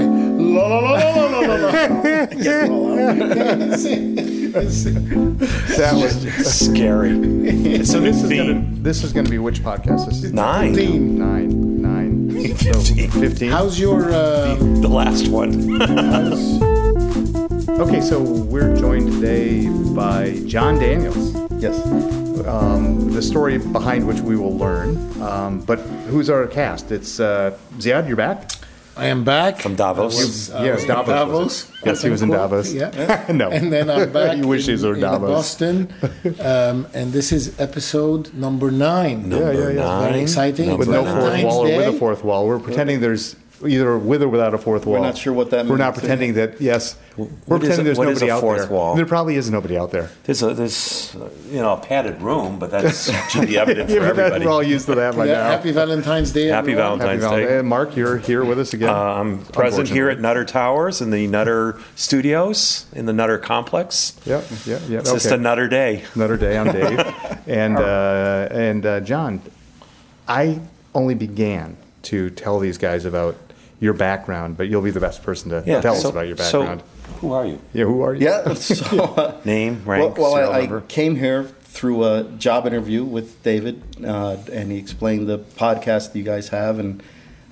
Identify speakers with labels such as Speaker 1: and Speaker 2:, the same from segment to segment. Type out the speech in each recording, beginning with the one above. Speaker 1: la la la la la la la.
Speaker 2: That was
Speaker 3: Scary. It's a new theme.
Speaker 2: this is going to be which podcast? This is
Speaker 3: Nine.
Speaker 1: Dean,
Speaker 2: nine, nine, so fifteen.
Speaker 1: how's your uh,
Speaker 3: The last one.
Speaker 2: Okay, so we're joined today by John Daniels.
Speaker 1: yes?
Speaker 2: um, the story behind which we will learn. Um, but who's our cast? It's uh, Ziad. You're back.
Speaker 1: I am back
Speaker 3: From Davos.
Speaker 1: I was, uh,
Speaker 2: Yeah,
Speaker 1: in
Speaker 2: Davos was
Speaker 1: Davos.
Speaker 2: it? Yes, he was in
Speaker 1: Quote,
Speaker 2: Davos.
Speaker 1: Yeah.
Speaker 2: No.
Speaker 1: And then I'm back.
Speaker 2: You wish
Speaker 1: in,
Speaker 2: these were
Speaker 1: in
Speaker 2: Davos.
Speaker 1: Boston, um, and this is episode number nine.
Speaker 3: Number
Speaker 2: yeah, yeah.
Speaker 3: nine.
Speaker 1: Very exciting.
Speaker 3: Number
Speaker 2: With no
Speaker 3: nine.
Speaker 2: fourth
Speaker 1: Valentine's
Speaker 2: wall or with
Speaker 1: Day?
Speaker 2: a fourth wall. We're pretending there's either with or without a fourth wall.
Speaker 4: not sure what that
Speaker 2: We're not
Speaker 4: means.
Speaker 2: pretending that. Yes, we're
Speaker 3: is
Speaker 2: pretending
Speaker 3: a-
Speaker 2: there's
Speaker 3: what is
Speaker 2: nobody
Speaker 3: a
Speaker 2: out
Speaker 3: fourth
Speaker 2: there.
Speaker 3: wall?
Speaker 2: There probably is nobody out there.
Speaker 3: There's a there's uh, you know a padded room, but that's should be evident
Speaker 2: Yeah,
Speaker 3: for
Speaker 2: but that-
Speaker 3: everybody.
Speaker 2: we're all used to that by
Speaker 1: Yeah,
Speaker 2: now.
Speaker 1: happy Valentine's Day.
Speaker 3: Happy
Speaker 1: everyone.
Speaker 2: Happy
Speaker 3: Valentine's Day.
Speaker 2: And Mark, you're here with us again.
Speaker 3: Uh, I'm present here at Nutter Towers in the Nutter Studios in the Nutter Complex.
Speaker 2: Yep, yep, yep.
Speaker 3: It's just
Speaker 2: okay.
Speaker 3: another day.
Speaker 2: Another day. I'm Dave, and uh, and uh, John. I only began to tell these guys about your background, but you'll be the best person to tell
Speaker 3: so-
Speaker 2: us about your background.
Speaker 3: So, who are you?
Speaker 2: yeah, who are you?
Speaker 4: Yeah. So, uh,
Speaker 3: Name, rank,
Speaker 4: well, well
Speaker 3: serial
Speaker 4: I, I
Speaker 3: number.
Speaker 4: came here through a job interview with David, uh, and he explained the podcast that you guys have, and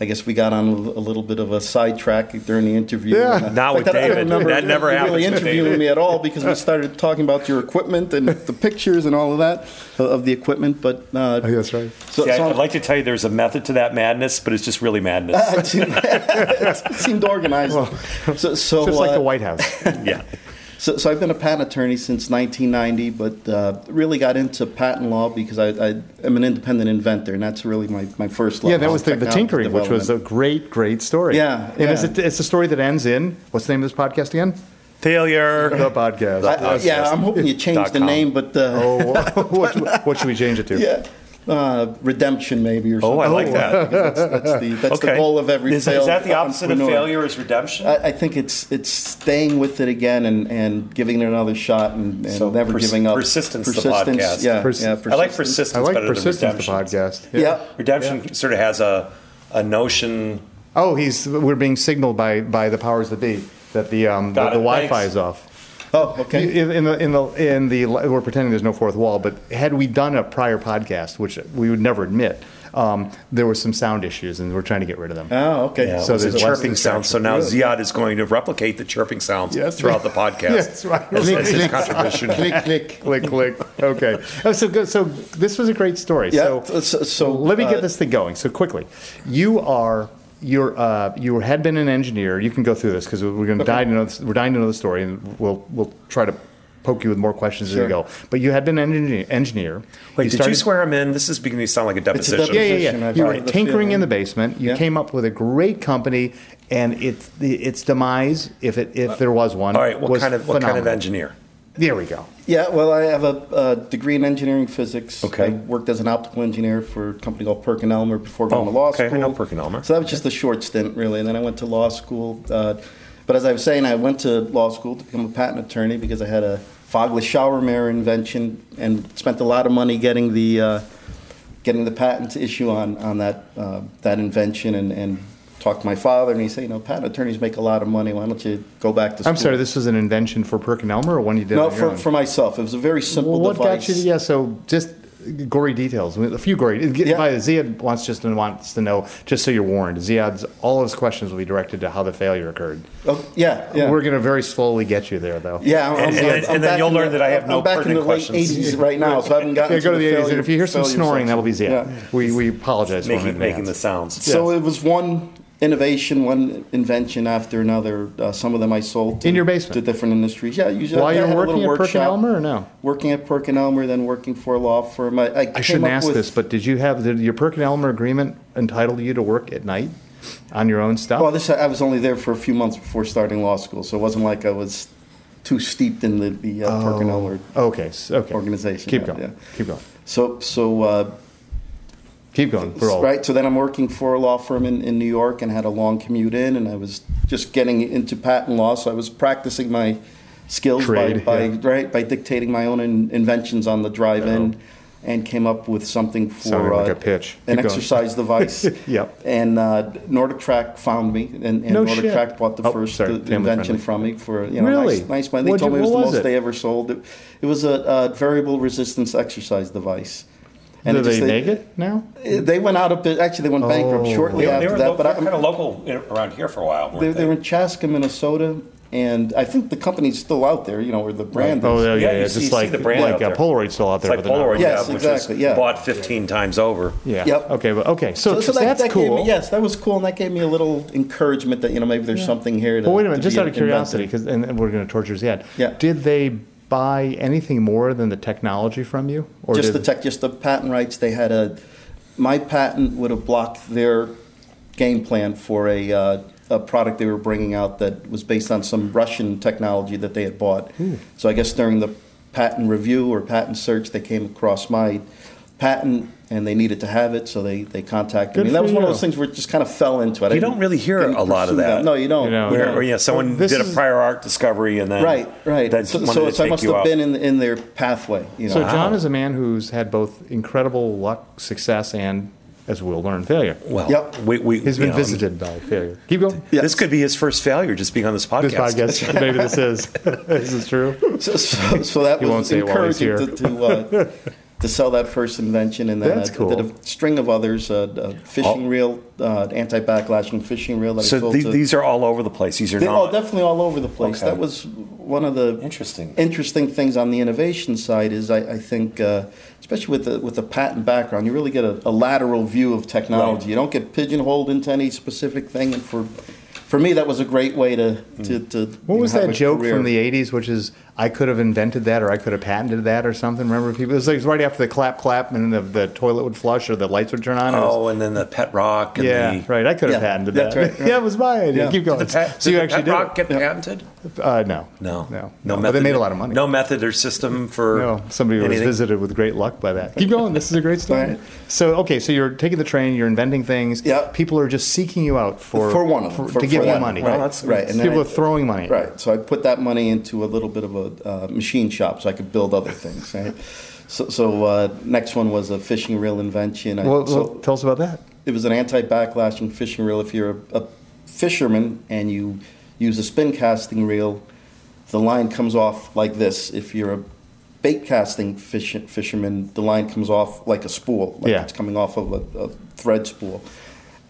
Speaker 4: I guess we got on a, l- a little bit of a sidetrack during the interview.
Speaker 2: Yeah.
Speaker 4: And uh, I-
Speaker 3: Not with
Speaker 4: in fact, I don't
Speaker 3: David.
Speaker 4: remember
Speaker 3: That never
Speaker 4: you
Speaker 3: happens
Speaker 4: Really
Speaker 3: with
Speaker 4: interviewing
Speaker 3: David.
Speaker 4: me at all because we started talking about your equipment and the pictures and all of that uh, of the equipment, but uh,
Speaker 2: Oh, that's right.
Speaker 4: So,
Speaker 3: See, I,
Speaker 4: so-
Speaker 3: would like to tell you there's a method to that madness, but it's just really madness.
Speaker 4: it seemed- it seemed organized. so, so
Speaker 2: Just like
Speaker 4: uh,
Speaker 2: the White House.
Speaker 3: yeah.
Speaker 4: So, so I've been a patent attorney since 1990, but uh, really got into patent law because I, I am an independent inventor, and that's really my, my first love.
Speaker 2: yeah, that was the, the
Speaker 4: technology
Speaker 2: tinkering, which was a
Speaker 4: development.
Speaker 2: great, great story.
Speaker 4: Yeah,
Speaker 2: and It's,
Speaker 4: yeah.
Speaker 2: a, it's a story that ends in what's the name of this podcast again?
Speaker 3: Failure.
Speaker 2: The podcast.
Speaker 4: I- I- yeah, I'm hoping you change
Speaker 3: Dot
Speaker 4: the
Speaker 3: com.
Speaker 4: name, but uh,
Speaker 2: oh, what, should- what should we change it to?
Speaker 4: yeah, uh, redemption maybe or something.
Speaker 3: Oh, I like that.
Speaker 4: Because That's, that's, the, that's the
Speaker 3: Okay.
Speaker 4: goal of every
Speaker 3: is, is
Speaker 4: failed
Speaker 3: that the opposite of
Speaker 4: entrepreneur. Uh,
Speaker 3: failure is redemption?
Speaker 4: I, I think it's it's staying with it again and, and giving it another shot and, and
Speaker 3: So
Speaker 4: never
Speaker 3: pers-
Speaker 4: giving up.
Speaker 3: persistence the podcast.
Speaker 4: Yeah,
Speaker 2: Pers-
Speaker 4: yeah,
Speaker 3: I like
Speaker 4: persistence.
Speaker 3: persistence
Speaker 2: I like
Speaker 3: better
Speaker 2: persistence.
Speaker 3: than
Speaker 2: The
Speaker 3: redemption.
Speaker 2: podcast.
Speaker 4: Yeah.
Speaker 3: Redemption sort of has a a notion.
Speaker 2: Oh, he's we're being signaled by by the powers that be that the um, the,
Speaker 3: Got
Speaker 2: the
Speaker 3: it,
Speaker 2: Wi-Fi
Speaker 3: thanks.
Speaker 2: is off.
Speaker 4: Oh, okay.
Speaker 2: In, in the in the in the we're pretending there's no fourth wall, but had we done a prior podcast, which we would never admit, um, there were some sound issues, and we're trying to get rid of them.
Speaker 4: Oh, okay.
Speaker 3: Yeah,
Speaker 2: So
Speaker 3: so
Speaker 2: there's
Speaker 3: there's
Speaker 2: less
Speaker 3: chirping sounds. So now Ziad is going to replicate the chirping sounds
Speaker 2: Yes.
Speaker 3: throughout the podcast.
Speaker 2: Yes, right.
Speaker 3: As,
Speaker 2: Click,
Speaker 3: as his contribution.
Speaker 1: Click, click.
Speaker 2: click, click. Okay. Oh, so good. So this was a great story.
Speaker 4: Yeah,
Speaker 2: So,
Speaker 4: so- so,
Speaker 2: let me get
Speaker 4: uh,
Speaker 2: this thing going. So quickly, you are you're uh, you had been an engineer. You can go through this because we're going to die to know this, we're dying to know the story, and we'll we'll try to poke you with more questions as we
Speaker 4: Sure.
Speaker 2: go. But you had been an engineer. engineer.
Speaker 3: Wait, did you
Speaker 2: started-
Speaker 3: swear him in? This is beginning to sound like a
Speaker 4: a
Speaker 3: deposition.
Speaker 2: Yeah,
Speaker 4: deposition.
Speaker 2: yeah, yeah.
Speaker 4: I've
Speaker 2: You
Speaker 4: heard
Speaker 2: were
Speaker 4: of the
Speaker 2: tinkering in
Speaker 4: feeling.
Speaker 2: the basement. You
Speaker 4: Yeah.
Speaker 2: came up with a great company, and its its demise, if it if there was one,
Speaker 3: Uh, All right, what
Speaker 2: was
Speaker 3: kind of what kind of
Speaker 2: phenomenal.
Speaker 3: engineer?
Speaker 2: There we go.
Speaker 4: Yeah, well, I have a, uh degree in engineering physics.
Speaker 3: Okay.
Speaker 4: I worked as an optical engineer for a company called Perkin Elmer before going
Speaker 3: Oh,
Speaker 4: to law
Speaker 3: okay, I
Speaker 4: school.
Speaker 3: know Perkin Elmer.
Speaker 4: So that was just a short stint, really. And then I went to law school. Uh, but as I was saying, I went to law school to become a patent attorney because I had a fogless shower mirror invention and spent a lot of money getting the uh, getting the patent to issue on on that uh, that invention and. and Talked to my father, and he said, "You know, patent attorneys make a lot of money. Why don't you go back to school?"
Speaker 2: I'm sorry. This was an invention for Perkin Elmer, or one you did?
Speaker 4: no
Speaker 2: on your
Speaker 4: for,
Speaker 2: own?
Speaker 4: for myself. It was a very simple
Speaker 2: Well, what
Speaker 4: device.
Speaker 2: got you? To, yeah, so just gory details. I mean, A few gory. Get,
Speaker 4: Yeah.
Speaker 2: by, Ziad wants just to, wants to know, just so you're warned. Ziad's all his questions will be directed to how the failure occurred.
Speaker 4: Oh, yeah, yeah.
Speaker 2: We're going to very slowly get you there, though.
Speaker 4: yeah, I'm,
Speaker 3: And-
Speaker 4: I'm-
Speaker 3: and-
Speaker 4: I'm
Speaker 3: and then
Speaker 4: back
Speaker 3: you'll
Speaker 4: in the-
Speaker 3: learn that I have no
Speaker 4: I'm back in the
Speaker 3: pertinent
Speaker 4: late
Speaker 3: questions.
Speaker 4: 80s right now, so I haven't gotten
Speaker 2: Yeah, go to the 80s.
Speaker 4: failure-
Speaker 2: and if you hear some
Speaker 4: failure
Speaker 2: snoring, that will be
Speaker 4: section.
Speaker 2: Ziad.
Speaker 4: Yeah.
Speaker 2: We, we apologize for him
Speaker 3: Making
Speaker 2: in
Speaker 3: making the
Speaker 2: advance.
Speaker 3: sounds.
Speaker 4: So it was one innovation, one invention after another. Uh, some of them I sold to,
Speaker 2: In your basement?
Speaker 4: to different industries. Yeah, usually
Speaker 2: While
Speaker 4: I
Speaker 2: you're
Speaker 4: had a
Speaker 2: working
Speaker 4: little
Speaker 2: at Perkin
Speaker 4: workshop.
Speaker 2: Elmer, or no?
Speaker 4: Working at Perkin Elmer, then working for a law firm. I, I,
Speaker 2: I
Speaker 4: came
Speaker 2: shouldn't
Speaker 4: up
Speaker 2: ask
Speaker 4: with-
Speaker 2: this, but did you have did your Perkin Elmer agreement entitled you to work at night on your own stuff?
Speaker 4: Well, this I was only there for a few months before starting law school, so it wasn't like I was too steeped in the, the uh, Perkin
Speaker 2: Oh.
Speaker 4: Elmer.
Speaker 2: okay, s- okay.
Speaker 4: Organization,
Speaker 2: Keep
Speaker 4: yeah,
Speaker 2: going.
Speaker 4: yeah.
Speaker 2: Keep going.
Speaker 4: So, so uh,
Speaker 2: Keep going. We're all
Speaker 4: Right. So then I'm working for a law firm in, in New York and had a long commute in, and I was just getting into patent law, so I was practicing my skills
Speaker 2: Trade,
Speaker 4: by, by
Speaker 2: yeah.
Speaker 4: right by dictating my own in, inventions on the drive-in. and came up with something
Speaker 2: Sounded
Speaker 4: for
Speaker 2: like
Speaker 4: uh,
Speaker 2: a pitch.
Speaker 4: an
Speaker 2: Keep going.
Speaker 4: exercise device.
Speaker 2: Yep.
Speaker 4: And uh, Nordic Track found me, and, and
Speaker 2: No
Speaker 4: Nordic
Speaker 2: shit.
Speaker 4: Track bought the
Speaker 2: Oh,
Speaker 4: first
Speaker 2: sorry,
Speaker 4: uh,
Speaker 2: family friendly.
Speaker 4: invention from me for you know
Speaker 2: Really?
Speaker 4: nice, nice money. They
Speaker 2: What'd
Speaker 4: told
Speaker 2: you-
Speaker 4: me it was the
Speaker 2: what was
Speaker 4: most
Speaker 2: it?
Speaker 4: they ever sold. It, it was a, uh variable resistance exercise device.
Speaker 2: Do
Speaker 4: it just-
Speaker 2: they make it now?
Speaker 4: it- They went out of bu- actually they went bankrupt
Speaker 2: Oh.
Speaker 4: shortly
Speaker 3: They, they
Speaker 4: after
Speaker 3: were
Speaker 4: that.
Speaker 3: lo-
Speaker 4: but
Speaker 3: they're
Speaker 4: I,
Speaker 3: kind of local in- around here for a while. Weren't
Speaker 4: they,
Speaker 3: they,
Speaker 4: they were in Chaska, Minnesota, and I think the company's still out there, you know, or the brand.
Speaker 2: Oh,
Speaker 4: is.
Speaker 2: yeah, yeah,
Speaker 3: you
Speaker 2: yeah.
Speaker 3: see- you
Speaker 2: Just
Speaker 3: see
Speaker 2: like,
Speaker 3: the brand
Speaker 2: like
Speaker 3: out
Speaker 2: uh,
Speaker 3: there.
Speaker 2: Polaroid's still out
Speaker 3: it's
Speaker 2: there.
Speaker 3: like
Speaker 2: but they're not-
Speaker 3: Polaroid,
Speaker 4: Yes,
Speaker 3: yeah, which
Speaker 4: exactly,
Speaker 3: was
Speaker 4: yeah.
Speaker 3: bought 15 times over.
Speaker 2: Yeah.
Speaker 4: Yep.
Speaker 2: Okay. But okay. So,
Speaker 4: So, so that,
Speaker 2: that's
Speaker 4: that
Speaker 2: cool.
Speaker 4: Gave me, yes, that was cool, and that gave me a little encouragement that you know maybe there's something here. To,
Speaker 2: Well, wait a
Speaker 4: to
Speaker 2: minute. Just
Speaker 4: be
Speaker 2: out of
Speaker 4: invented.
Speaker 2: curiosity, because and, and we're going to torture his head.
Speaker 4: Yeah.
Speaker 2: Did they buy anything more than the technology from you, or
Speaker 4: just
Speaker 2: did,
Speaker 4: the tech, just the patent rights. They had a my patent would have blocked their game plan for a uh, a product they were bringing out that was based on some Russian technology that they had bought.
Speaker 3: Hmm.
Speaker 4: So I guess during the patent review or patent search, they came across my patent and they needed to have it, so they they contacted
Speaker 2: Good
Speaker 4: me. And that
Speaker 2: for
Speaker 4: was one of
Speaker 2: you.
Speaker 4: those things where it just kind of fell into it. I
Speaker 3: You don't
Speaker 4: didn't-
Speaker 3: really hear
Speaker 4: didn't
Speaker 3: a lot of
Speaker 4: pursue
Speaker 3: that.
Speaker 4: No, you don't.
Speaker 2: You know,
Speaker 3: Where, or,
Speaker 2: yeah.
Speaker 3: yeah, someone
Speaker 2: This
Speaker 3: did a
Speaker 2: is-
Speaker 3: prior art discovery and then
Speaker 4: Right, right.
Speaker 3: Then
Speaker 4: so
Speaker 3: wanted
Speaker 4: so,
Speaker 3: to
Speaker 4: so I
Speaker 3: take
Speaker 4: must
Speaker 3: you
Speaker 4: have
Speaker 3: out.
Speaker 4: been in, in their pathway. You know?
Speaker 2: So John is a man who's had both incredible luck, success, and as we'll learn, failure.
Speaker 3: Well,
Speaker 4: Yep.
Speaker 3: we, we,
Speaker 2: He's
Speaker 3: you
Speaker 2: been
Speaker 3: know,
Speaker 2: visited by failure. Keep going.
Speaker 4: Yeah.
Speaker 3: This could be his first failure, just being on this podcast.
Speaker 2: This podcast, maybe this is. this is true.
Speaker 4: So, so, so that
Speaker 2: He won't
Speaker 4: was
Speaker 2: say it while he's
Speaker 4: encouraging to, to, uh, to sell that first invention, and then
Speaker 2: That's
Speaker 4: I
Speaker 2: cool.
Speaker 4: did a string of others: uh, a fishing
Speaker 3: Oh.
Speaker 4: reel, uh, anti-backlashing fishing reel. That I
Speaker 3: So
Speaker 4: sold
Speaker 3: these,
Speaker 4: to,
Speaker 3: these are all over the place. These are
Speaker 4: they,
Speaker 3: not.
Speaker 4: oh, definitely all over the place.
Speaker 3: Okay.
Speaker 4: That was one of the
Speaker 3: Interesting.
Speaker 4: interesting things on the innovation side. Is I, I think, uh, especially with the with the patent background, you really get a, a lateral view of technology.
Speaker 3: Right.
Speaker 4: You don't get pigeonholed into any specific thing, and for for me, that was a great way to to. to
Speaker 2: What was that joke from
Speaker 4: the?
Speaker 2: the '80s, which is I could have invented that, or I could have patented that, or something? Remember, people. It was like it was right after the clap, clap, and the, the toilet would flush, or the lights would turn on. It was-
Speaker 3: Oh, and then the pet rock. And
Speaker 2: yeah,
Speaker 3: the,
Speaker 2: right. I could have
Speaker 4: Oh, Yeah,
Speaker 2: patented that.
Speaker 4: that's right, right.
Speaker 2: Yeah, it was my idea.
Speaker 4: Yeah.
Speaker 2: Keep going.
Speaker 3: The pet,
Speaker 2: so you
Speaker 3: did
Speaker 2: actually
Speaker 3: the pet
Speaker 2: did.
Speaker 3: rock
Speaker 2: it.
Speaker 3: get patented?
Speaker 2: Uh, no,
Speaker 3: No,
Speaker 2: no,
Speaker 3: no.
Speaker 2: But they made a lot of money.
Speaker 3: No method or system for
Speaker 2: No, somebody was
Speaker 3: anything.
Speaker 2: visited with great luck by that. Keep going. This is a great story.
Speaker 4: Right.
Speaker 2: So, okay, so you're taking the train, you're inventing things.
Speaker 4: Yeah.
Speaker 2: People are just seeking you out for
Speaker 4: For one of them. For-
Speaker 2: to give
Speaker 4: for
Speaker 2: you
Speaker 4: one,
Speaker 2: money.
Speaker 4: right.
Speaker 2: Well,
Speaker 4: That's- right, and then
Speaker 2: People
Speaker 4: I-
Speaker 2: are throwing money. at you.
Speaker 4: Right. So I put that money into a little bit of a uh, machine shop so I could build other things. Right. So, so uh, next one was a fishing reel invention. I,
Speaker 2: Well,
Speaker 4: so
Speaker 2: well, tell us about that.
Speaker 4: it was an anti-backlashing fishing reel. If you're a, a fisherman and you use a spin casting reel, the line comes off like this. If you're a bait casting fish, fisherman, the line comes off like a spool, like
Speaker 2: Yeah.
Speaker 4: it's coming off of a, a thread spool.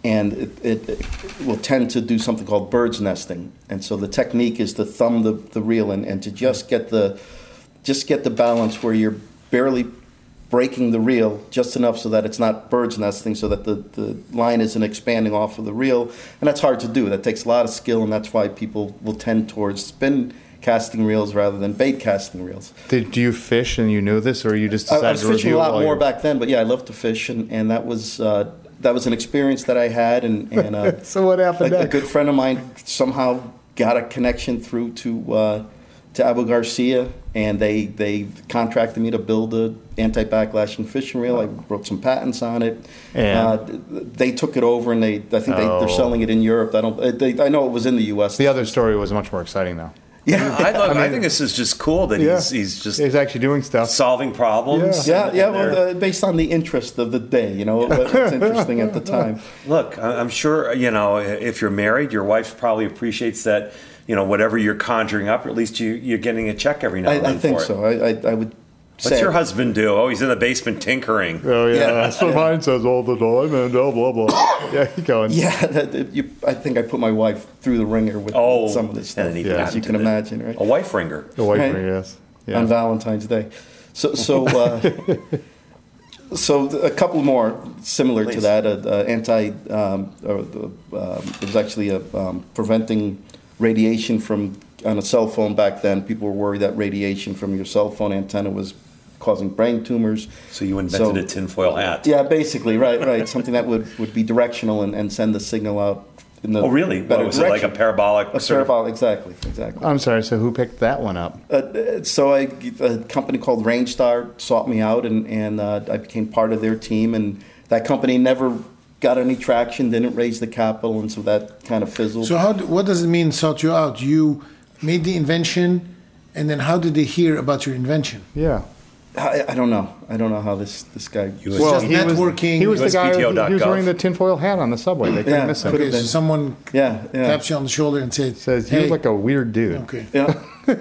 Speaker 4: And it, it, it will tend to do something called bird's nesting. And so the technique is to thumb the, the reel and, and to just get the just get the balance where you're barely breaking the reel just enough so that it's not bird's nesting, so that the, the line isn't expanding off of the reel. And that's hard to do. That takes a lot of skill, and that's why people will tend towards spin casting reels rather than bait casting reels.
Speaker 2: Did you fish and you knew this, or you just
Speaker 4: I,
Speaker 2: decided
Speaker 4: I was
Speaker 2: to
Speaker 4: fishing
Speaker 2: review it
Speaker 4: a lot
Speaker 2: while
Speaker 4: more
Speaker 2: you-
Speaker 4: back then, but yeah, I love to fish, and, and that was uh, that was an experience that I had, and, and uh,
Speaker 2: So what happened
Speaker 4: a, a
Speaker 2: next?
Speaker 4: good friend of mine somehow got a connection through to uh, to Abu Garcia, and they they contracted me to build a anti-backlashing fishing reel. I wrote some patents on it.
Speaker 2: And?
Speaker 4: Uh, th- they took it over, and they I think they,
Speaker 2: Oh.
Speaker 4: they're selling it in Europe. I don't. uh, They, I know it was in the U.S.
Speaker 2: The other story was much more exciting, though.
Speaker 3: Yeah, I, love, I, think this is just cool that he's, he's just
Speaker 2: he's actually doing stuff.
Speaker 3: solving problems.
Speaker 4: yeah,
Speaker 3: and-
Speaker 4: yeah.
Speaker 3: and they're-
Speaker 4: Well, uh, based on the interest of the day, you know, it was it's interesting at the time.
Speaker 3: Look, I- I'm sure, you know, if you're married, your wife probably appreciates that, you know, whatever you're conjuring up, at least you, you're getting a check every now and
Speaker 4: I,
Speaker 3: then
Speaker 4: I think
Speaker 3: for it.
Speaker 4: so. I, I, I would.
Speaker 3: What's
Speaker 4: say
Speaker 3: your husband do? Oh, he's in the basement tinkering.
Speaker 2: Oh yeah,
Speaker 4: Yeah.
Speaker 2: that's what mine says all the time, and blah blah blah. yeah, keep going.
Speaker 4: Yeah, that, that you, I think I put my wife through the ringer with
Speaker 3: Oh,
Speaker 4: some of this
Speaker 3: and
Speaker 4: stuff,
Speaker 3: then he
Speaker 4: as you
Speaker 3: patented
Speaker 4: can
Speaker 3: it. Oh,
Speaker 4: imagine, right?
Speaker 3: A wife ringer.
Speaker 2: The white
Speaker 4: Right. uh,
Speaker 2: ring, yes. Yeah.
Speaker 4: on Valentine's Day. So, so, uh, so th- a couple more similar to
Speaker 3: Please.
Speaker 4: that. Uh, uh, anti, um, or, the, um, it was actually a, um, preventing radiation from on a cell phone back then. People were worried that radiation from your cell phone antenna was causing brain tumors.
Speaker 3: So you invented
Speaker 4: So-
Speaker 3: a tinfoil hat.
Speaker 4: Yeah, basically, right, right. Something that would, would be directional and, and send the signal out in the
Speaker 3: Oh, really? What
Speaker 4: better
Speaker 3: was it,
Speaker 4: direction.
Speaker 3: like a parabolic?
Speaker 4: A
Speaker 3: sort of-
Speaker 4: parabolic, exactly, exactly.
Speaker 2: I'm sorry. So who picked that one up?
Speaker 4: Uh, so I, a company called Rainstar sought me out, and, and uh, I became part of their team. And that company never got any traction, didn't raise the capital, and so that kind of fizzled.
Speaker 1: So how? do- What does it mean? Sought you out. You made the invention, and then how did they hear about your invention?
Speaker 2: Yeah.
Speaker 4: I, I don't know. I don't know how this this guy.
Speaker 3: was-
Speaker 1: Well, just networking.
Speaker 2: Was, he was the guy. He,
Speaker 3: USPTO.gov.
Speaker 2: was wearing the tinfoil hat on the subway. They couldn't
Speaker 4: Yeah,
Speaker 2: miss
Speaker 4: could
Speaker 2: him.
Speaker 4: have-
Speaker 1: Okay, so
Speaker 4: been.
Speaker 1: someone
Speaker 4: Yeah, yeah.
Speaker 1: taps you on the shoulder and says,
Speaker 2: Says he
Speaker 1: hey,
Speaker 2: was like a weird dude.
Speaker 1: okay.
Speaker 4: Yeah.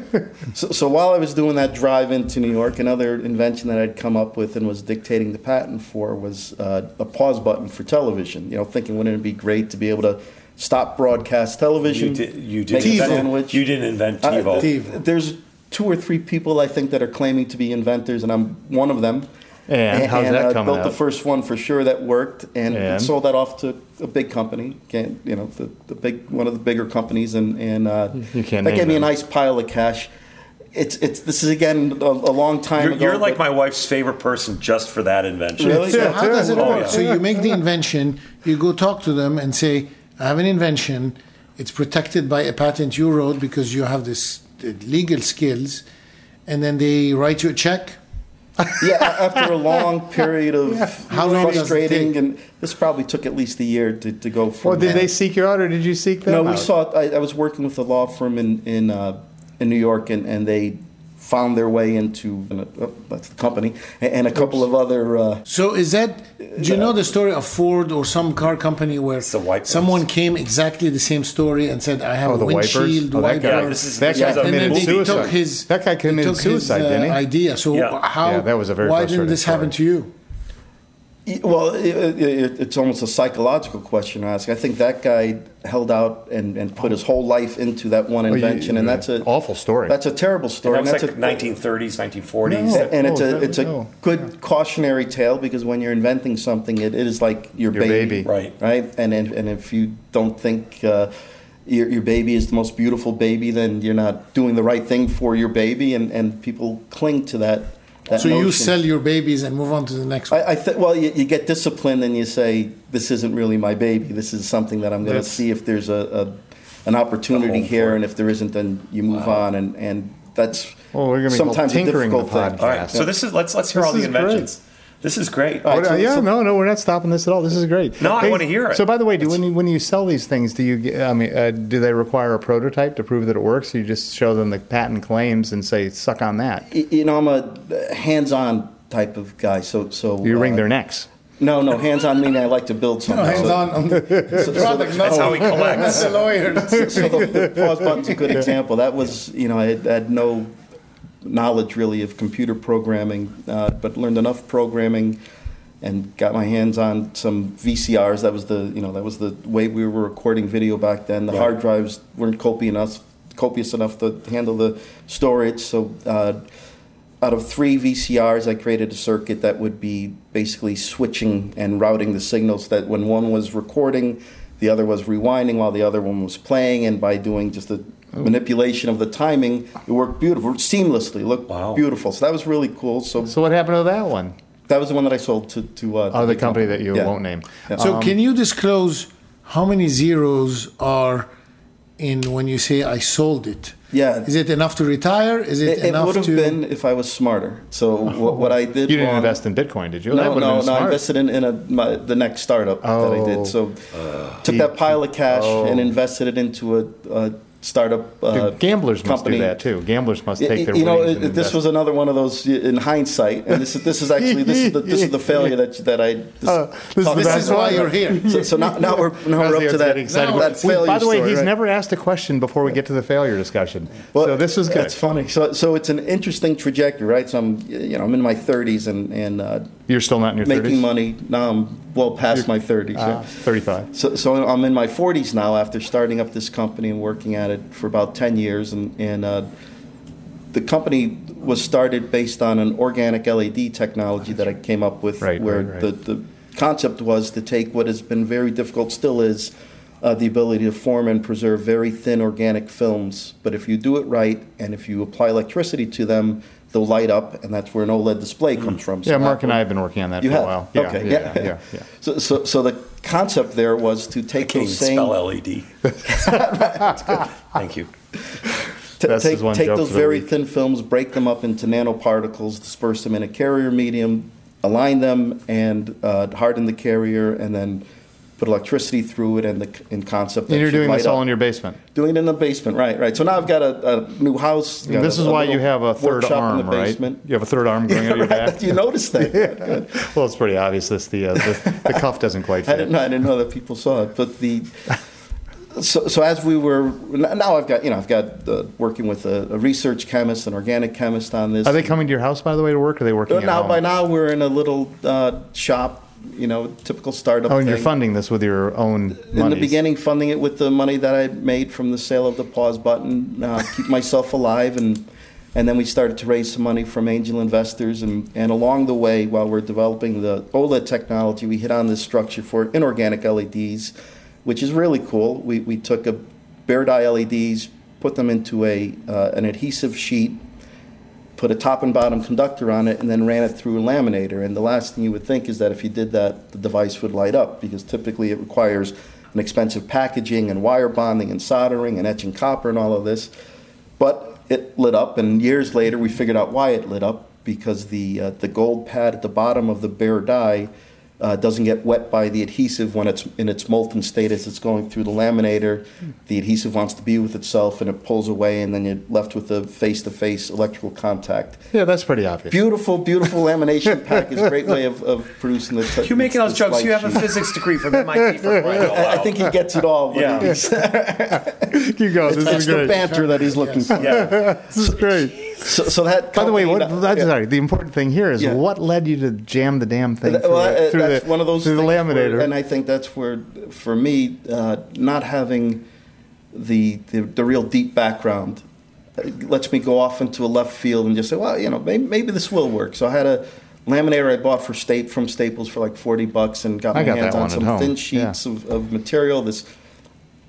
Speaker 4: so, so while I was doing that drive into New York, another invention that I'd come up with and was dictating the patent for was uh, a pause button for television. You know, thinking wouldn't it be great to be able to stop broadcast television?
Speaker 3: You did. You
Speaker 4: make
Speaker 3: did.
Speaker 4: a
Speaker 1: TiVo.
Speaker 4: sandwich.
Speaker 3: You didn't invent
Speaker 4: Uh,
Speaker 3: TiVo.
Speaker 1: TiVo.
Speaker 4: There's two or three people I think that are claiming to be inventors, and I'm one of them.
Speaker 2: And how's that
Speaker 4: I
Speaker 2: coming
Speaker 4: built the
Speaker 2: out?
Speaker 4: first one for sure that worked, and,
Speaker 2: And?
Speaker 4: sold that off to a big company. Can't you know the, the big one of the bigger companies, and and uh,
Speaker 2: You can't
Speaker 4: that gave
Speaker 2: name
Speaker 4: me a
Speaker 2: them.
Speaker 4: nice pile of cash. It's it's this is again a, a long time
Speaker 3: You're,
Speaker 4: ago.
Speaker 3: you're like my
Speaker 4: but-
Speaker 3: wife's favorite person just for that invention.
Speaker 4: Really?
Speaker 1: So
Speaker 4: Yeah,
Speaker 1: how does it
Speaker 3: yeah.
Speaker 1: work?
Speaker 3: Oh,
Speaker 1: So you make the invention, you go talk to them and say, I have an invention. It's protected by a patent you wrote because you have this the legal skills, and then they write you a check.
Speaker 4: yeah. a- After a long period of
Speaker 1: How long does it
Speaker 4: frustrating,
Speaker 1: take?
Speaker 4: and this probably took at least a year to, to go. From
Speaker 2: Well, did
Speaker 4: that.
Speaker 2: they seek you out, or did you seek them
Speaker 4: No, we
Speaker 2: out?
Speaker 4: saw. I, I was working with a law firm in in uh, in New York, and, and they found their way into oh, that's the company and, and a couple of other. Uh,
Speaker 1: So is that? Do you know the story of Ford or some car company where
Speaker 3: the wipers.
Speaker 1: someone came exactly the same story and said, "I have
Speaker 2: Oh,
Speaker 1: a
Speaker 2: the wipers?
Speaker 1: windshield
Speaker 2: Oh, that
Speaker 1: wiper."
Speaker 2: guy-
Speaker 3: Yeah, this is-
Speaker 2: that guy
Speaker 3: this is a
Speaker 1: and then
Speaker 2: committed
Speaker 1: they
Speaker 2: suicide.
Speaker 1: took his
Speaker 2: that guy
Speaker 1: they
Speaker 2: committed
Speaker 1: took his,
Speaker 2: suicide, didn't he?
Speaker 1: uh, Idea. So
Speaker 3: Yeah.
Speaker 1: how?
Speaker 2: Yeah, that was a very
Speaker 1: Why didn't
Speaker 2: frustrating
Speaker 1: this happen to
Speaker 2: story.
Speaker 1: you?
Speaker 4: y- well, it, it, it's almost a psychological question to ask. I think that guy held out and, and put his whole life into that one
Speaker 2: you-
Speaker 4: invention, and that's a
Speaker 2: Oh, awful story.
Speaker 4: That's a terrible story.
Speaker 3: That's
Speaker 4: and
Speaker 3: like
Speaker 4: that's a-
Speaker 3: 1930s, 1940s.
Speaker 2: No.
Speaker 4: and, and it's
Speaker 2: Oh,
Speaker 4: a
Speaker 2: that-
Speaker 4: it's a
Speaker 2: no.
Speaker 4: good cautionary tale because when you're inventing something, it, it is like your,
Speaker 2: Your baby.
Speaker 3: Right.
Speaker 4: right? And and, and if you don't think uh, your your baby is the most beautiful baby, then you're not doing the right thing for your baby, and, and people cling to that. that
Speaker 1: So you
Speaker 4: notion.
Speaker 1: sell your babies and move on to the next one.
Speaker 4: I, I th- well, you, you get disciplined and you say, "This isn't really my baby. This is something that I'm going to
Speaker 2: That's-
Speaker 4: see if there's a, a an opportunity
Speaker 3: home for
Speaker 4: here,
Speaker 3: it.
Speaker 4: and if there isn't, then you move on." And and that's
Speaker 2: Well, we're gonna be called
Speaker 4: sometimes
Speaker 2: tinkering
Speaker 4: a
Speaker 2: the
Speaker 4: difficult thing. Uh,
Speaker 2: podcast.
Speaker 3: All right. So this is let's let's hear
Speaker 2: This
Speaker 3: all the
Speaker 2: is great.
Speaker 3: inventions. This is great.
Speaker 4: All
Speaker 2: What-
Speaker 4: right, so-
Speaker 2: yeah,
Speaker 4: so-
Speaker 2: no, no, we're not stopping this at all. This is great.
Speaker 3: No, I wanna hear it.
Speaker 2: So, by the way, do when you, when you sell these things, do you? get- I mean, uh, do they require a prototype to prove that it works? You just show them the patent claims and say, "Suck on that."
Speaker 4: Y- you know, I'm a hands-on type of guy. So, so
Speaker 2: You wring
Speaker 4: uh,
Speaker 2: their necks.
Speaker 4: No, no, hands-on meaning I like to build something. so-
Speaker 1: hands-on on the
Speaker 4: so- so
Speaker 1: product.
Speaker 3: That's how he collects.
Speaker 1: the lawyers.
Speaker 4: so the, the pause button's a good example. That was, you know, I had, had no knowledge really of computer programming, uh, but learned enough programming and got my hands on some VCRs. That was the, you know, that was the way we were recording video back then. The hard drives weren't copious enough, copious enough to handle the storage. So uh, out of three VCRs, I created a circuit that would be basically switching and routing the signals that when one was recording, the other was rewinding while the other one was playing. And by doing just the
Speaker 2: Oh.
Speaker 4: manipulation of the timing, it worked beautiful, seamlessly, looked
Speaker 3: Wow.
Speaker 4: beautiful. So that was really cool. So
Speaker 2: So, what happened to that one?
Speaker 4: that was the one that I sold to, to uh,
Speaker 2: Oh, the
Speaker 4: big
Speaker 2: company that you
Speaker 4: Yeah.
Speaker 2: won't name.
Speaker 1: So can you disclose how many zeros are in when you say I sold it?
Speaker 4: Yeah.
Speaker 1: Is it enough to retire? Is it,
Speaker 4: It, it
Speaker 1: enough
Speaker 4: would have
Speaker 1: to
Speaker 4: been if I was smarter. So what, what I did
Speaker 2: You didn't
Speaker 4: wrong-
Speaker 2: invest in Bitcoin, did you?
Speaker 4: No,
Speaker 2: would've
Speaker 4: no,
Speaker 2: been
Speaker 4: no. I
Speaker 2: smart.
Speaker 4: invested in, in a, my, the next startup that I
Speaker 2: Oh.
Speaker 4: did. So took that pile of cash and invested it into a, a startup. Uh,
Speaker 2: Dude, gamblers must
Speaker 4: company.
Speaker 2: do that too. Gamblers must
Speaker 4: Y-
Speaker 2: take
Speaker 4: y-
Speaker 2: their
Speaker 4: you know,
Speaker 2: winnings
Speaker 4: it-
Speaker 2: and
Speaker 4: it- this
Speaker 2: invest.
Speaker 4: was another one of those y- in hindsight, and this is this is actually this is the, this is the failure that that I. This,
Speaker 2: Uh, this is
Speaker 4: talked
Speaker 2: the
Speaker 1: This
Speaker 4: about.
Speaker 2: best
Speaker 1: is why you're here.
Speaker 4: So, so now, now we're now
Speaker 2: How's
Speaker 4: we're
Speaker 2: the
Speaker 4: up to
Speaker 2: earth
Speaker 4: that,
Speaker 2: getting excited?
Speaker 4: that
Speaker 2: We-
Speaker 4: failure
Speaker 2: by the way,
Speaker 4: story,
Speaker 2: he's
Speaker 4: right?
Speaker 2: never asked a question before we get to the failure discussion. so this was good.
Speaker 4: It's funny. So, so it's an interesting trajectory, right? So I'm, you know, I'm in my 30s and and uh,
Speaker 2: You're still not in your
Speaker 4: making
Speaker 2: 30s?
Speaker 4: money. Now I'm well past my 30s.
Speaker 2: Ah,
Speaker 4: yeah.
Speaker 2: 35.
Speaker 4: So, so I'm in my 40s now after starting up this company and working at it for about 10 years. And, and uh, the company was started based on an organic LED technology that I came up with,
Speaker 2: Right,
Speaker 4: where
Speaker 2: right, right.
Speaker 4: The, the concept was to take what has been very difficult, still is, uh, the ability to form and preserve very thin organic films. But if you do it right and if you apply electricity to them, they'll light up, and that's where an OLED display comes from. So
Speaker 2: Mm. Yeah, Mark and
Speaker 4: Apple-
Speaker 2: I have been working on that
Speaker 4: you
Speaker 2: for
Speaker 4: have
Speaker 2: a while. Yeah,
Speaker 4: okay.
Speaker 2: yeah, yeah, yeah.
Speaker 4: So, so, so the concept there was to take
Speaker 3: Can't even
Speaker 4: those same
Speaker 3: spell LED. Thank you.
Speaker 4: t-
Speaker 2: That's
Speaker 4: take,
Speaker 2: his one
Speaker 4: take
Speaker 2: joke
Speaker 4: those
Speaker 2: for the
Speaker 4: very
Speaker 2: week.
Speaker 4: thin films, break them up into nanoparticles, disperse them in a carrier medium, align them, and uh, harden the carrier, and then put electricity through it and the in concept. That
Speaker 2: And you're
Speaker 4: should
Speaker 2: doing this
Speaker 4: light
Speaker 2: all
Speaker 4: up.
Speaker 2: in your basement.
Speaker 4: Doing it in the basement, right? Right. So now I've got a, a new house. got
Speaker 2: this
Speaker 4: a-
Speaker 2: is
Speaker 4: a
Speaker 2: why you
Speaker 4: little
Speaker 2: have a third
Speaker 4: workshop
Speaker 2: arm,
Speaker 4: in the
Speaker 2: right?
Speaker 4: basement.
Speaker 2: You have a third arm going out of your back.
Speaker 4: You noticed that.
Speaker 2: Well, it's pretty obvious. This the uh, the, the cuff doesn't quite
Speaker 4: I
Speaker 2: fit.
Speaker 4: didn't know. I didn't know that people saw it, but the. So, so as we were now, I've got you know I've got uh, working with a, a research chemist, an organic chemist on this.
Speaker 2: Are they coming to your house by the way to work? Or are they working
Speaker 4: But
Speaker 2: at
Speaker 4: now
Speaker 2: home?
Speaker 4: by now we're in a little uh, shop, you know, typical startup.
Speaker 2: Oh, and you're
Speaker 4: thing.
Speaker 2: funding this with your own
Speaker 4: In the
Speaker 2: monies.
Speaker 4: beginning, funding it with the money that I made from the sale of the pause button, uh, keep myself alive, and and then we started to raise some money from angel investors, and and along the way, while we're developing the OLED technology, we hit on this structure for inorganic LEDs, which is really cool. We we took a bare dye LEDs, put them into a uh, an adhesive sheet, put a top and bottom conductor on it and then ran it through a laminator. And the last thing you would think is that if you did that, the device would light up because typically it requires an expensive packaging and wire bonding and soldering and etching copper and all of this. But it lit up, and years later we figured out why it lit up because the uh, the gold pad at the bottom of the bare die uh, doesn't get wet by the adhesive when it's in its molten state as it's going through the laminator. The adhesive wants to be with itself and it pulls away, and then you're left with a face to face electrical contact.
Speaker 2: Yeah, that's pretty obvious.
Speaker 4: Beautiful, beautiful lamination pack is a great way of, of producing the. te-
Speaker 3: You're making those
Speaker 4: this
Speaker 3: jokes.
Speaker 4: light
Speaker 3: You have a
Speaker 4: sheet.
Speaker 3: physics degree from MIT for crying out
Speaker 4: I I
Speaker 3: loud.
Speaker 4: think he gets it all. when
Speaker 3: Yeah.
Speaker 4: he-
Speaker 2: Keep going. Oh, This
Speaker 4: It's
Speaker 2: is
Speaker 4: the
Speaker 2: great.
Speaker 4: banter that he's looking for.
Speaker 3: Yeah.
Speaker 2: This is great.
Speaker 4: So, so that.
Speaker 2: By the way, what,
Speaker 4: company-
Speaker 2: I'm sorry. The important thing here is
Speaker 4: Yeah.
Speaker 2: what led you to jam the damn thing
Speaker 4: Th-
Speaker 2: through,
Speaker 4: well,
Speaker 2: the-
Speaker 4: uh,
Speaker 2: through
Speaker 4: that's
Speaker 2: the,
Speaker 4: one of those
Speaker 2: through the
Speaker 4: things where-
Speaker 2: laminator.
Speaker 4: and I think that's where, for me, uh, not having the, the the real deep background uh, lets me go off into a left field and just say, well, you know, maybe, maybe this will work. So I had a laminator I bought for state from Staples for like forty bucks and got
Speaker 2: I
Speaker 4: my
Speaker 2: got
Speaker 4: hands
Speaker 2: that
Speaker 4: on
Speaker 2: one at
Speaker 4: some
Speaker 2: home.
Speaker 4: thin
Speaker 2: Yeah.
Speaker 4: sheets of, of material. This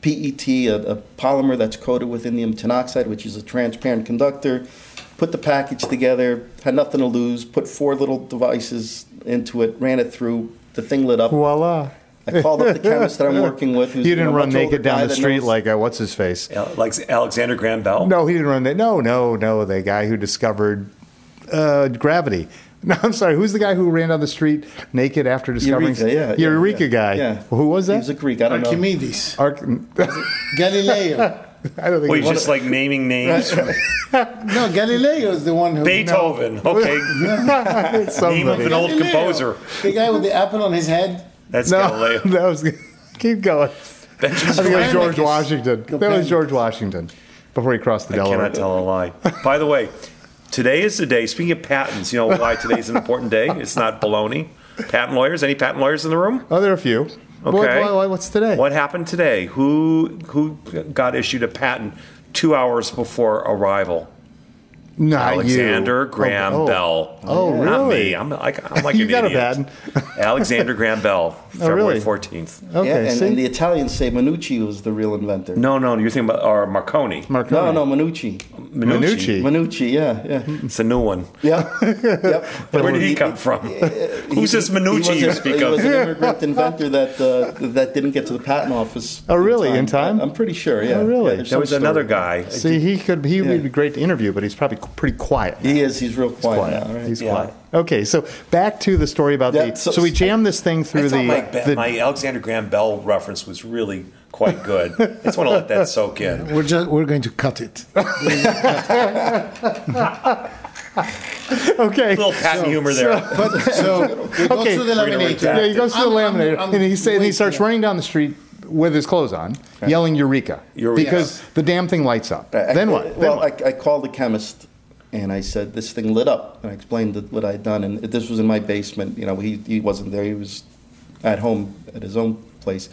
Speaker 4: PET, E a, a polymer that's coated with indium tinoxide, which is a transparent conductor. Put the package together, had nothing to lose, put four little devices into it, ran it through, the thing lit up.
Speaker 2: Voila.
Speaker 4: I called up the chemist that I'm working with.
Speaker 2: You
Speaker 4: who's,
Speaker 2: didn't
Speaker 4: know,
Speaker 2: run
Speaker 4: much older
Speaker 2: naked down
Speaker 4: guy
Speaker 2: the
Speaker 4: that
Speaker 2: street
Speaker 4: knows-
Speaker 2: like uh, what's his face?
Speaker 3: Al- Like Alexander Graham Bell.
Speaker 2: No, he didn't run that. No, no, no. The guy who discovered uh, gravity. No, I'm sorry. Who's the guy who ran down the street naked after discovering
Speaker 4: Eureka, yeah, yeah,
Speaker 2: Eureka
Speaker 4: yeah.
Speaker 2: guy?
Speaker 4: Yeah.
Speaker 2: Who was that?
Speaker 4: He was a Greek. I don't know.
Speaker 1: Archimedes,
Speaker 2: Arch-
Speaker 1: Galileo.
Speaker 2: I don't think.
Speaker 3: Well,
Speaker 2: he
Speaker 3: you're
Speaker 2: was.
Speaker 3: just like naming names.
Speaker 1: No, Galileo is the one who.
Speaker 3: Beethoven. Okay.
Speaker 2: It's
Speaker 3: Name of
Speaker 2: somebody.
Speaker 3: an old
Speaker 1: Galileo.
Speaker 3: composer.
Speaker 1: The guy with the apple on his head.
Speaker 3: That's
Speaker 2: No,
Speaker 3: Galileo.
Speaker 2: that was. Keep going. I think it was George
Speaker 1: Copernicus.
Speaker 2: Washington. That was
Speaker 1: Copernicus.
Speaker 2: George Washington before he crossed the Delaware.
Speaker 3: Cannot tell a lie. By the way, today is the day. Speaking of patents, you know why today is an important day? It's not baloney. Patent lawyers. Any patent lawyers in the room?
Speaker 2: Oh, there are a few. What-
Speaker 3: Okay.
Speaker 2: why- why- what's today?
Speaker 3: What happened today? Who who got issued a patent two hours before arrival?
Speaker 2: Not
Speaker 3: Alexander
Speaker 2: you.
Speaker 3: Graham
Speaker 2: Oh, oh.
Speaker 3: Bell.
Speaker 2: Oh,
Speaker 3: Not
Speaker 2: really?
Speaker 3: me. I'm like I'm like
Speaker 2: You
Speaker 3: an
Speaker 2: got a
Speaker 3: idiot.
Speaker 2: patent.
Speaker 3: Alexander Graham Bell, February
Speaker 2: really? Oh.
Speaker 3: 14th.
Speaker 2: Okay,
Speaker 4: Yeah, and,
Speaker 2: see?
Speaker 4: and the Italians say Manucci was the real inventor.
Speaker 3: No, no, you're thinking about or Marconi.
Speaker 4: no, no Manucci.
Speaker 2: Minucci.
Speaker 4: Manucci, yeah, yeah.
Speaker 3: It's a new one.
Speaker 4: Yeah, yep.
Speaker 3: Where did he come from? Who's this Minucci
Speaker 4: he
Speaker 3: you
Speaker 4: was a-
Speaker 3: speak
Speaker 4: He was
Speaker 3: of?
Speaker 4: an immigrant inventor that uh, that didn't get to the patent office.
Speaker 2: Oh, really? In time?
Speaker 4: I- I'm pretty sure. Yeah.
Speaker 2: Oh, really?
Speaker 4: Yeah, there's
Speaker 3: There
Speaker 4: some
Speaker 3: was another guy.
Speaker 4: story.
Speaker 2: See, he could. He would
Speaker 4: Yeah.
Speaker 2: be great to interview, but he's probably qu- pretty quiet.
Speaker 4: He is. He's real quiet.
Speaker 2: quiet.
Speaker 4: now, right?
Speaker 2: He's
Speaker 3: Yeah.
Speaker 2: quiet. Okay, so back to the story about
Speaker 4: Yeah,
Speaker 2: the. So,
Speaker 4: so-
Speaker 2: we jammed this thing
Speaker 3: I
Speaker 2: through
Speaker 3: thought
Speaker 2: the. uh,
Speaker 3: my,
Speaker 2: the-
Speaker 3: my Alexander Graham Bell reference was really quite good. I just want to let that soak in.
Speaker 1: We're just we're going to cut it.
Speaker 2: okay.
Speaker 3: A little patent humor there.
Speaker 1: But so we go
Speaker 2: okay.
Speaker 1: through the
Speaker 3: gonna
Speaker 1: laminator.
Speaker 3: redact it.
Speaker 2: Yeah, he goes through the
Speaker 1: I'm- I'm-
Speaker 2: laminator,
Speaker 1: I'm-
Speaker 2: and he say, and he
Speaker 1: wait,
Speaker 2: starts
Speaker 1: yeah.
Speaker 2: running down the street with his clothes on, yelling "Eureka!"
Speaker 3: Eureka.
Speaker 2: because the damn thing lights up.
Speaker 4: I- I-
Speaker 2: then what? Then
Speaker 4: well,
Speaker 2: what?
Speaker 4: I, I called the chemist and I said this thing lit up, and I explained that what I'd done, and this was in my basement. You know, he he wasn't there; he was at home at his own place.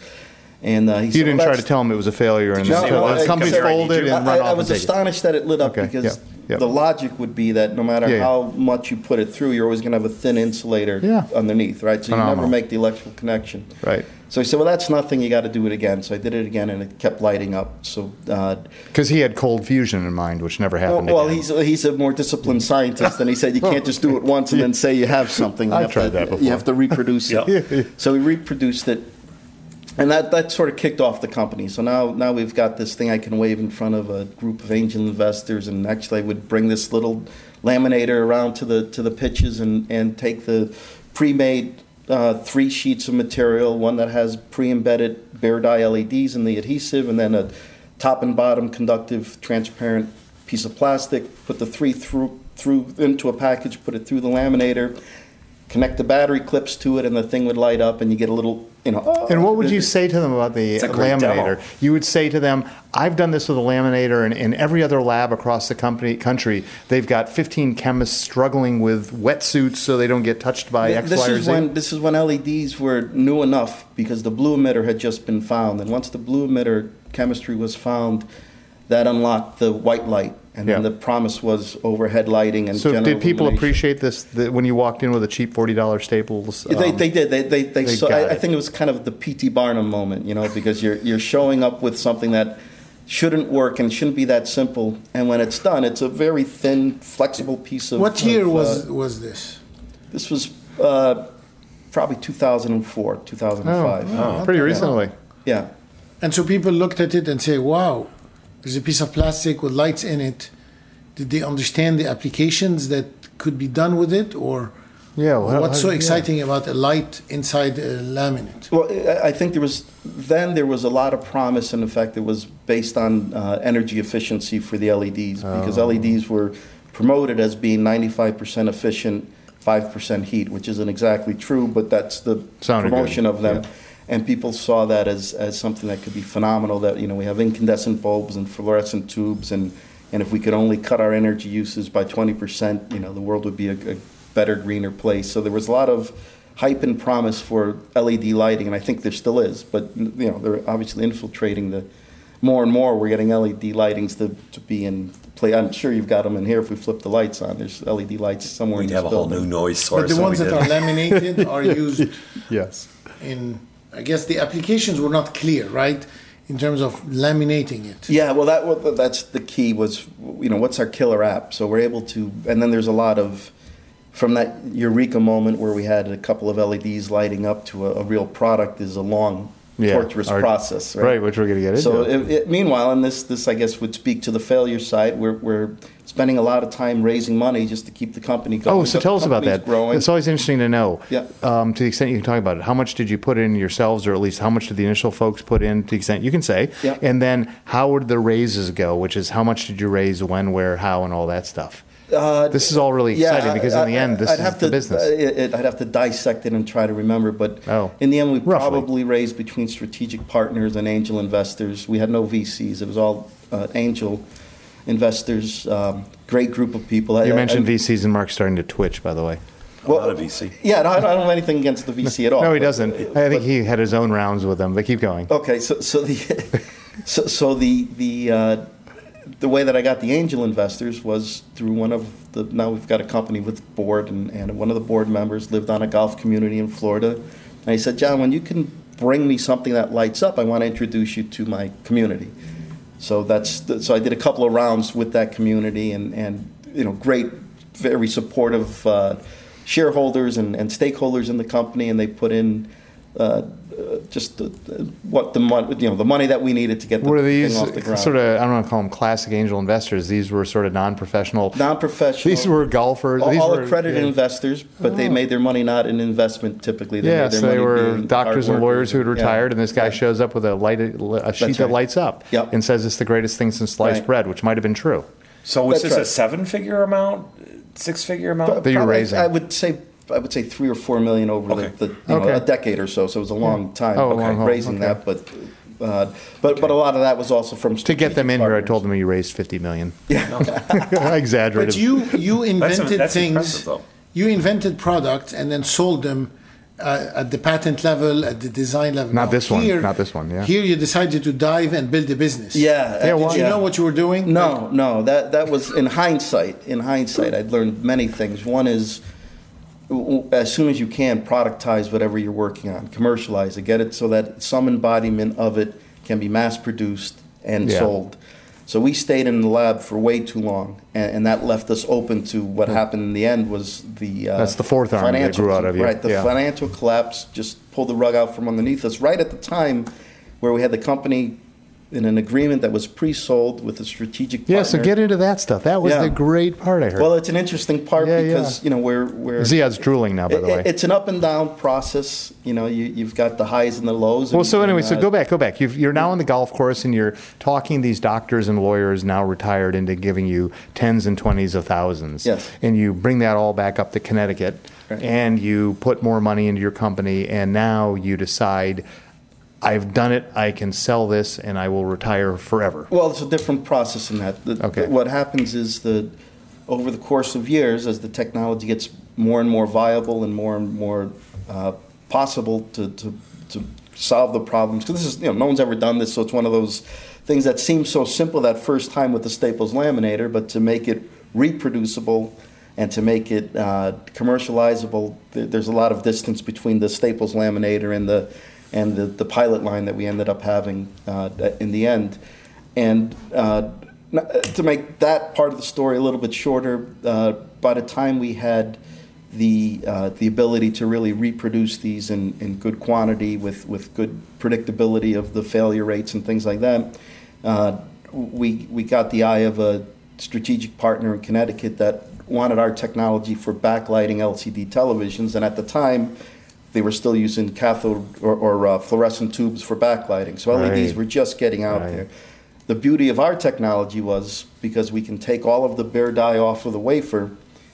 Speaker 4: And uh, he
Speaker 2: you didn't try to
Speaker 4: tell.
Speaker 2: tell him it was a failure, and
Speaker 4: you
Speaker 2: the,
Speaker 4: say, well,
Speaker 2: the
Speaker 4: I-
Speaker 2: company's
Speaker 4: I-
Speaker 2: folded and
Speaker 4: I,
Speaker 2: run
Speaker 4: I
Speaker 2: off.
Speaker 4: was
Speaker 2: and take it.
Speaker 4: astonished that it lit up
Speaker 2: Okay, yeah,
Speaker 4: because
Speaker 2: yeah.
Speaker 4: the logic would be that no matter
Speaker 2: Yeah, yeah.
Speaker 4: how much you put it through, you're always going to have a thin insulator
Speaker 2: Yeah.
Speaker 4: underneath, right? So you
Speaker 2: Phenomenal.
Speaker 4: never make the electrical connection.
Speaker 2: Right.
Speaker 4: So he said, well, that's nothing. You got to do it again. So I did it again, and it kept lighting up. So. Uh,
Speaker 2: Because he had cold fusion in mind, which never
Speaker 4: well,
Speaker 2: happened.
Speaker 4: well,
Speaker 2: again.
Speaker 4: he's he's a more disciplined scientist, and he said you can't just do it once and then say you have something. You
Speaker 2: I've
Speaker 4: have
Speaker 2: tried
Speaker 4: to,
Speaker 2: that before.
Speaker 4: You have to reproduce
Speaker 3: Yeah.
Speaker 4: it. So we reproduced it, and that, that sort of kicked off the company. So now now we've got this thing I can wave in front of a group of angel investors, and actually I would bring this little laminator around to the to the pitches and and take the pre-made uh, three sheets of material, one that has pre-embedded bare dye LEDs in the adhesive, and then a top and bottom conductive transparent piece of plastic. Put the three through through into a package, put it through the laminator, connect the battery clips to it, and the thing would light up, and you get a little, you know. "Oh."
Speaker 2: And what would you say to them about the
Speaker 3: It's a great
Speaker 2: laminator?
Speaker 3: demo.
Speaker 2: You would say to them, "I've done this with a laminator, and in every other lab across the company country, they've got 15 chemists struggling with wetsuits so they don't get touched by X,
Speaker 4: this
Speaker 2: Y, or
Speaker 4: is
Speaker 2: Z."
Speaker 4: when this is when LEDs were new enough because the blue emitter had just been found, and once the blue emitter chemistry was found, that unlocked the white light, and then
Speaker 2: Yeah.
Speaker 4: the promise was overhead lighting and.
Speaker 2: so
Speaker 4: general
Speaker 2: did people
Speaker 4: illumination.
Speaker 2: appreciate this the, when you walked in with a cheap $40 Staples?
Speaker 4: They,
Speaker 2: um,
Speaker 4: they did. They they, they,
Speaker 2: they
Speaker 4: saw,
Speaker 2: got
Speaker 4: I, I
Speaker 2: it.
Speaker 4: think it was kind of the P.T. Barnum moment, you know, because you're you're showing up with something that shouldn't work and shouldn't be that simple, and when it's done, it's a very thin, flexible piece of.
Speaker 1: What year
Speaker 4: of,
Speaker 1: was
Speaker 4: uh,
Speaker 1: was this?
Speaker 4: this? Was uh, probably 2004, 2005.
Speaker 2: oh, pretty recently.
Speaker 4: Yeah.
Speaker 1: And so people looked at it and say, "Wow, there's a piece of plastic with lights in it." Did they understand the applications that could be done with it, or
Speaker 2: Yeah, Oh, well,
Speaker 1: what's so
Speaker 2: yeah.
Speaker 1: exciting about a light inside a laminate?
Speaker 4: Well, I- I think there was then there was a lot of promise, and in fact, it was based on uh, energy efficiency for the LEDs because
Speaker 2: Oh.
Speaker 4: LEDs were promoted as being 95% efficient, 5% heat, which isn't exactly true, but that's the
Speaker 2: Sounded good,
Speaker 4: promotion of them.
Speaker 2: yeah.
Speaker 4: And people saw that as, as something that could be phenomenal. That you know we have incandescent bulbs and fluorescent tubes, and, and if we could only cut our energy uses by 20%, you know the world would be a, a better, greener place. So there was a lot of hype and promise for LED lighting, and I think there still is. But you know they're obviously infiltrating the more and more. We're getting LED lightings to, to be in play. I'm sure you've got them in here. If we flip the lights on, there's LED lights somewhere
Speaker 3: We'd
Speaker 4: in this
Speaker 3: have a whole
Speaker 4: building.
Speaker 3: new noise
Speaker 1: But
Speaker 3: source.
Speaker 1: the
Speaker 3: than we
Speaker 1: ones that
Speaker 3: did.
Speaker 1: are laminated are used
Speaker 2: Yes.
Speaker 1: in. I guess the applications were not clear, right, in terms of laminating it.
Speaker 4: Yeah, well, that well, that's the key was you know what's our killer app. So we're able to, and then there's a lot of from that eureka moment where we had a couple of LEDs lighting up to a, a real product is a long,
Speaker 2: Yeah,
Speaker 4: torturous
Speaker 2: our-
Speaker 4: process, right?
Speaker 2: right, which we're gonna get
Speaker 4: So
Speaker 2: into.
Speaker 4: it, it, meanwhile, and this this I guess would speak to the failure side. We're we're spending a lot of time raising money just to keep the company going.
Speaker 2: Oh, so
Speaker 4: The
Speaker 2: tell us about
Speaker 4: company's
Speaker 2: that.
Speaker 4: Growing.
Speaker 2: It's always interesting to know.
Speaker 4: Yeah.
Speaker 2: Um, to the extent you can talk about it, how much did you put in yourselves, or at least how much did the initial folks put in? To the extent you can say.
Speaker 4: Yeah.
Speaker 2: And then how would the raises go? Which is how much did you raise, when, where, how, and all that stuff.
Speaker 4: Uh,
Speaker 2: this is all really exciting because in the end, this is
Speaker 4: have
Speaker 2: the
Speaker 4: to,
Speaker 2: business.
Speaker 4: uh, It, it- I'd have to dissect it and try to remember, but
Speaker 2: Oh,
Speaker 4: in the end, we
Speaker 2: roughly.
Speaker 4: probably raised between strategic partners and angel investors. We had no VCs; it was all uh, angel investors. Um, great group of people. I-
Speaker 2: you
Speaker 4: I-
Speaker 2: mentioned
Speaker 4: I-
Speaker 2: VCs and Mark's starting to twitch, by the way.
Speaker 3: I'm not a VC.
Speaker 4: Yeah, no, I don't I don't have anything against the VC at all.
Speaker 2: no, he
Speaker 4: Oh, but- Oh,
Speaker 2: doesn't. I think he had his own rounds with them, but keep going.
Speaker 4: Okay, so so the so, so the the uh, the way that I got the angel investors was through one of the now we've got a company with board and, and one of the board members lived on a golf community in Florida, and he said, John, when you can bring me something that lights up, I want to introduce you to my community. So that's the, so I did a couple of rounds with that community and and you know great, very supportive uh, shareholders and, and stakeholders in the company, and they put in. Uh, uh, just the, the- what the money, you know, the money that we needed to get the
Speaker 2: Were
Speaker 4: thing
Speaker 2: these
Speaker 4: off the ground.
Speaker 2: sort of, I don't want to call them classic angel investors. These were sort of non professional.
Speaker 4: non-professional.
Speaker 2: These were golfers.
Speaker 4: all,
Speaker 2: these
Speaker 4: all
Speaker 2: were,
Speaker 4: accredited
Speaker 2: yeah. Oh.
Speaker 4: investors, but they made their money not in investment. Typically, they
Speaker 2: Yeah,
Speaker 4: made their
Speaker 2: so they
Speaker 4: money
Speaker 2: were
Speaker 4: being
Speaker 2: doctors
Speaker 4: hard
Speaker 2: and lawyers who had
Speaker 4: workers. Yeah.
Speaker 2: retired, and this guy
Speaker 4: Yeah.
Speaker 2: shows up with a light, a sheet that
Speaker 4: right.
Speaker 2: lights up
Speaker 4: Yep.
Speaker 2: and says it's the greatest thing since sliced
Speaker 4: Right.
Speaker 2: bread, which might have been true.
Speaker 3: So was
Speaker 4: That's
Speaker 3: this a
Speaker 4: right.
Speaker 3: seven-figure amount, six-figure amount?
Speaker 2: That you're
Speaker 4: Probably,
Speaker 2: raising.
Speaker 4: I would say I would say three or four million over
Speaker 3: Okay.
Speaker 4: the, the you
Speaker 2: Okay.
Speaker 4: know, a decade or so. So it was a long time
Speaker 2: Oh, a long haul.
Speaker 4: raising
Speaker 2: Okay.
Speaker 4: that, but uh, but but a lot of that was also from
Speaker 2: To get them in here, I
Speaker 4: strategic
Speaker 2: told them you raised fifty million. I exaggerated.
Speaker 1: But you you invented
Speaker 3: that's impressive,
Speaker 1: things.
Speaker 3: though.
Speaker 1: You invented products and then sold them uh, at the patent level, at the design level.
Speaker 2: Not
Speaker 1: Now,
Speaker 2: this one, not this one, yeah.
Speaker 1: Here you decided to dive and build a business.
Speaker 4: Yeah,
Speaker 2: Yeah,
Speaker 4: uh,
Speaker 2: why-
Speaker 1: Did you know what you were doing? Like,
Speaker 4: No, no. That that was in hindsight. In hindsight, I'd learned many things. One is, w- w- as soon as you can, productize whatever you're working on, commercialize it, get it so that some embodiment of it can be mass produced and
Speaker 2: Yeah.
Speaker 4: sold. So we stayed in the lab for way too long, and, and that left us open to what happened in the end was the uh,
Speaker 2: That's the fourth arm that
Speaker 4: financial-
Speaker 2: grew out of you.
Speaker 4: right? The
Speaker 2: Yeah.
Speaker 4: financial collapse just pulled the rug out from underneath us right at the time where we had the company in an agreement that was pre-sold with a strategic partner.
Speaker 2: Yeah, so get into that stuff. That was
Speaker 4: Yeah.
Speaker 2: the great part I heard.
Speaker 4: Well, it's an interesting part
Speaker 2: Yeah,
Speaker 4: because
Speaker 2: yeah.
Speaker 4: you know we're we're
Speaker 2: Ziad's drooling now, by the
Speaker 4: It-
Speaker 2: way.
Speaker 4: It's an up and down process. You know, you, you've got the highs and the lows.
Speaker 2: Well,
Speaker 4: and-
Speaker 2: so anyway,
Speaker 4: and,
Speaker 2: so
Speaker 4: uh,
Speaker 2: go back, go back. You've, you're now on the golf course, and you're talking these doctors and lawyers now retired into giving you tens and twenties of thousands.
Speaker 4: Yes.
Speaker 2: And you bring that all back up to Connecticut,
Speaker 4: Right.
Speaker 2: and you put more money into your company, and now you decide, I've done it. I can sell this, and I will retire forever.
Speaker 4: Well, it's a different process in that. The-
Speaker 2: Okay.
Speaker 4: What happens is the over the course of years, as the technology gets more and more viable and more and more uh, possible to, to, to solve the problems, because this is, you know, no one's ever done this, so it's one of those things that seems so simple that first time with the Staples laminator, but to make it reproducible and to make it uh, commercializable, th- there's a lot of distance between the Staples laminator and the and the, the pilot line that we ended up having uh, in the end. And uh, n- to make that part of the story a little bit shorter, uh, by the time we had the uh, the ability to really reproduce these in, in good quantity with, with good predictability of the failure rates and things like that, uh, we we got the eye of a strategic partner in Connecticut that wanted our technology for backlighting LCD televisions, and at the time. They were still using cathode or, or uh, fluorescent tubes for backlighting. So LEDs
Speaker 2: Right.
Speaker 4: were just getting out
Speaker 2: Right.
Speaker 4: there. The beauty of our technology was because we can take all of the bare dye off of the wafer,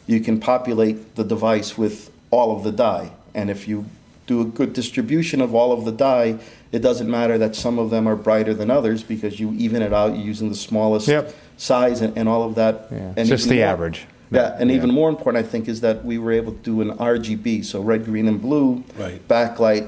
Speaker 4: you can populate the device with all of the dye. And if you do a good distribution of all of the dye, it doesn't matter that some of them are brighter than others because you even it out You're using the smallest
Speaker 2: Yep.
Speaker 4: size and, and all of that.
Speaker 2: Yeah.
Speaker 4: And
Speaker 2: Just
Speaker 4: even
Speaker 2: the
Speaker 4: more-
Speaker 2: average.
Speaker 4: Yeah, and
Speaker 2: Yeah.
Speaker 4: even more important, I think, is that we were able to do an RGB, so red, green, and blue
Speaker 3: Right.
Speaker 4: backlight,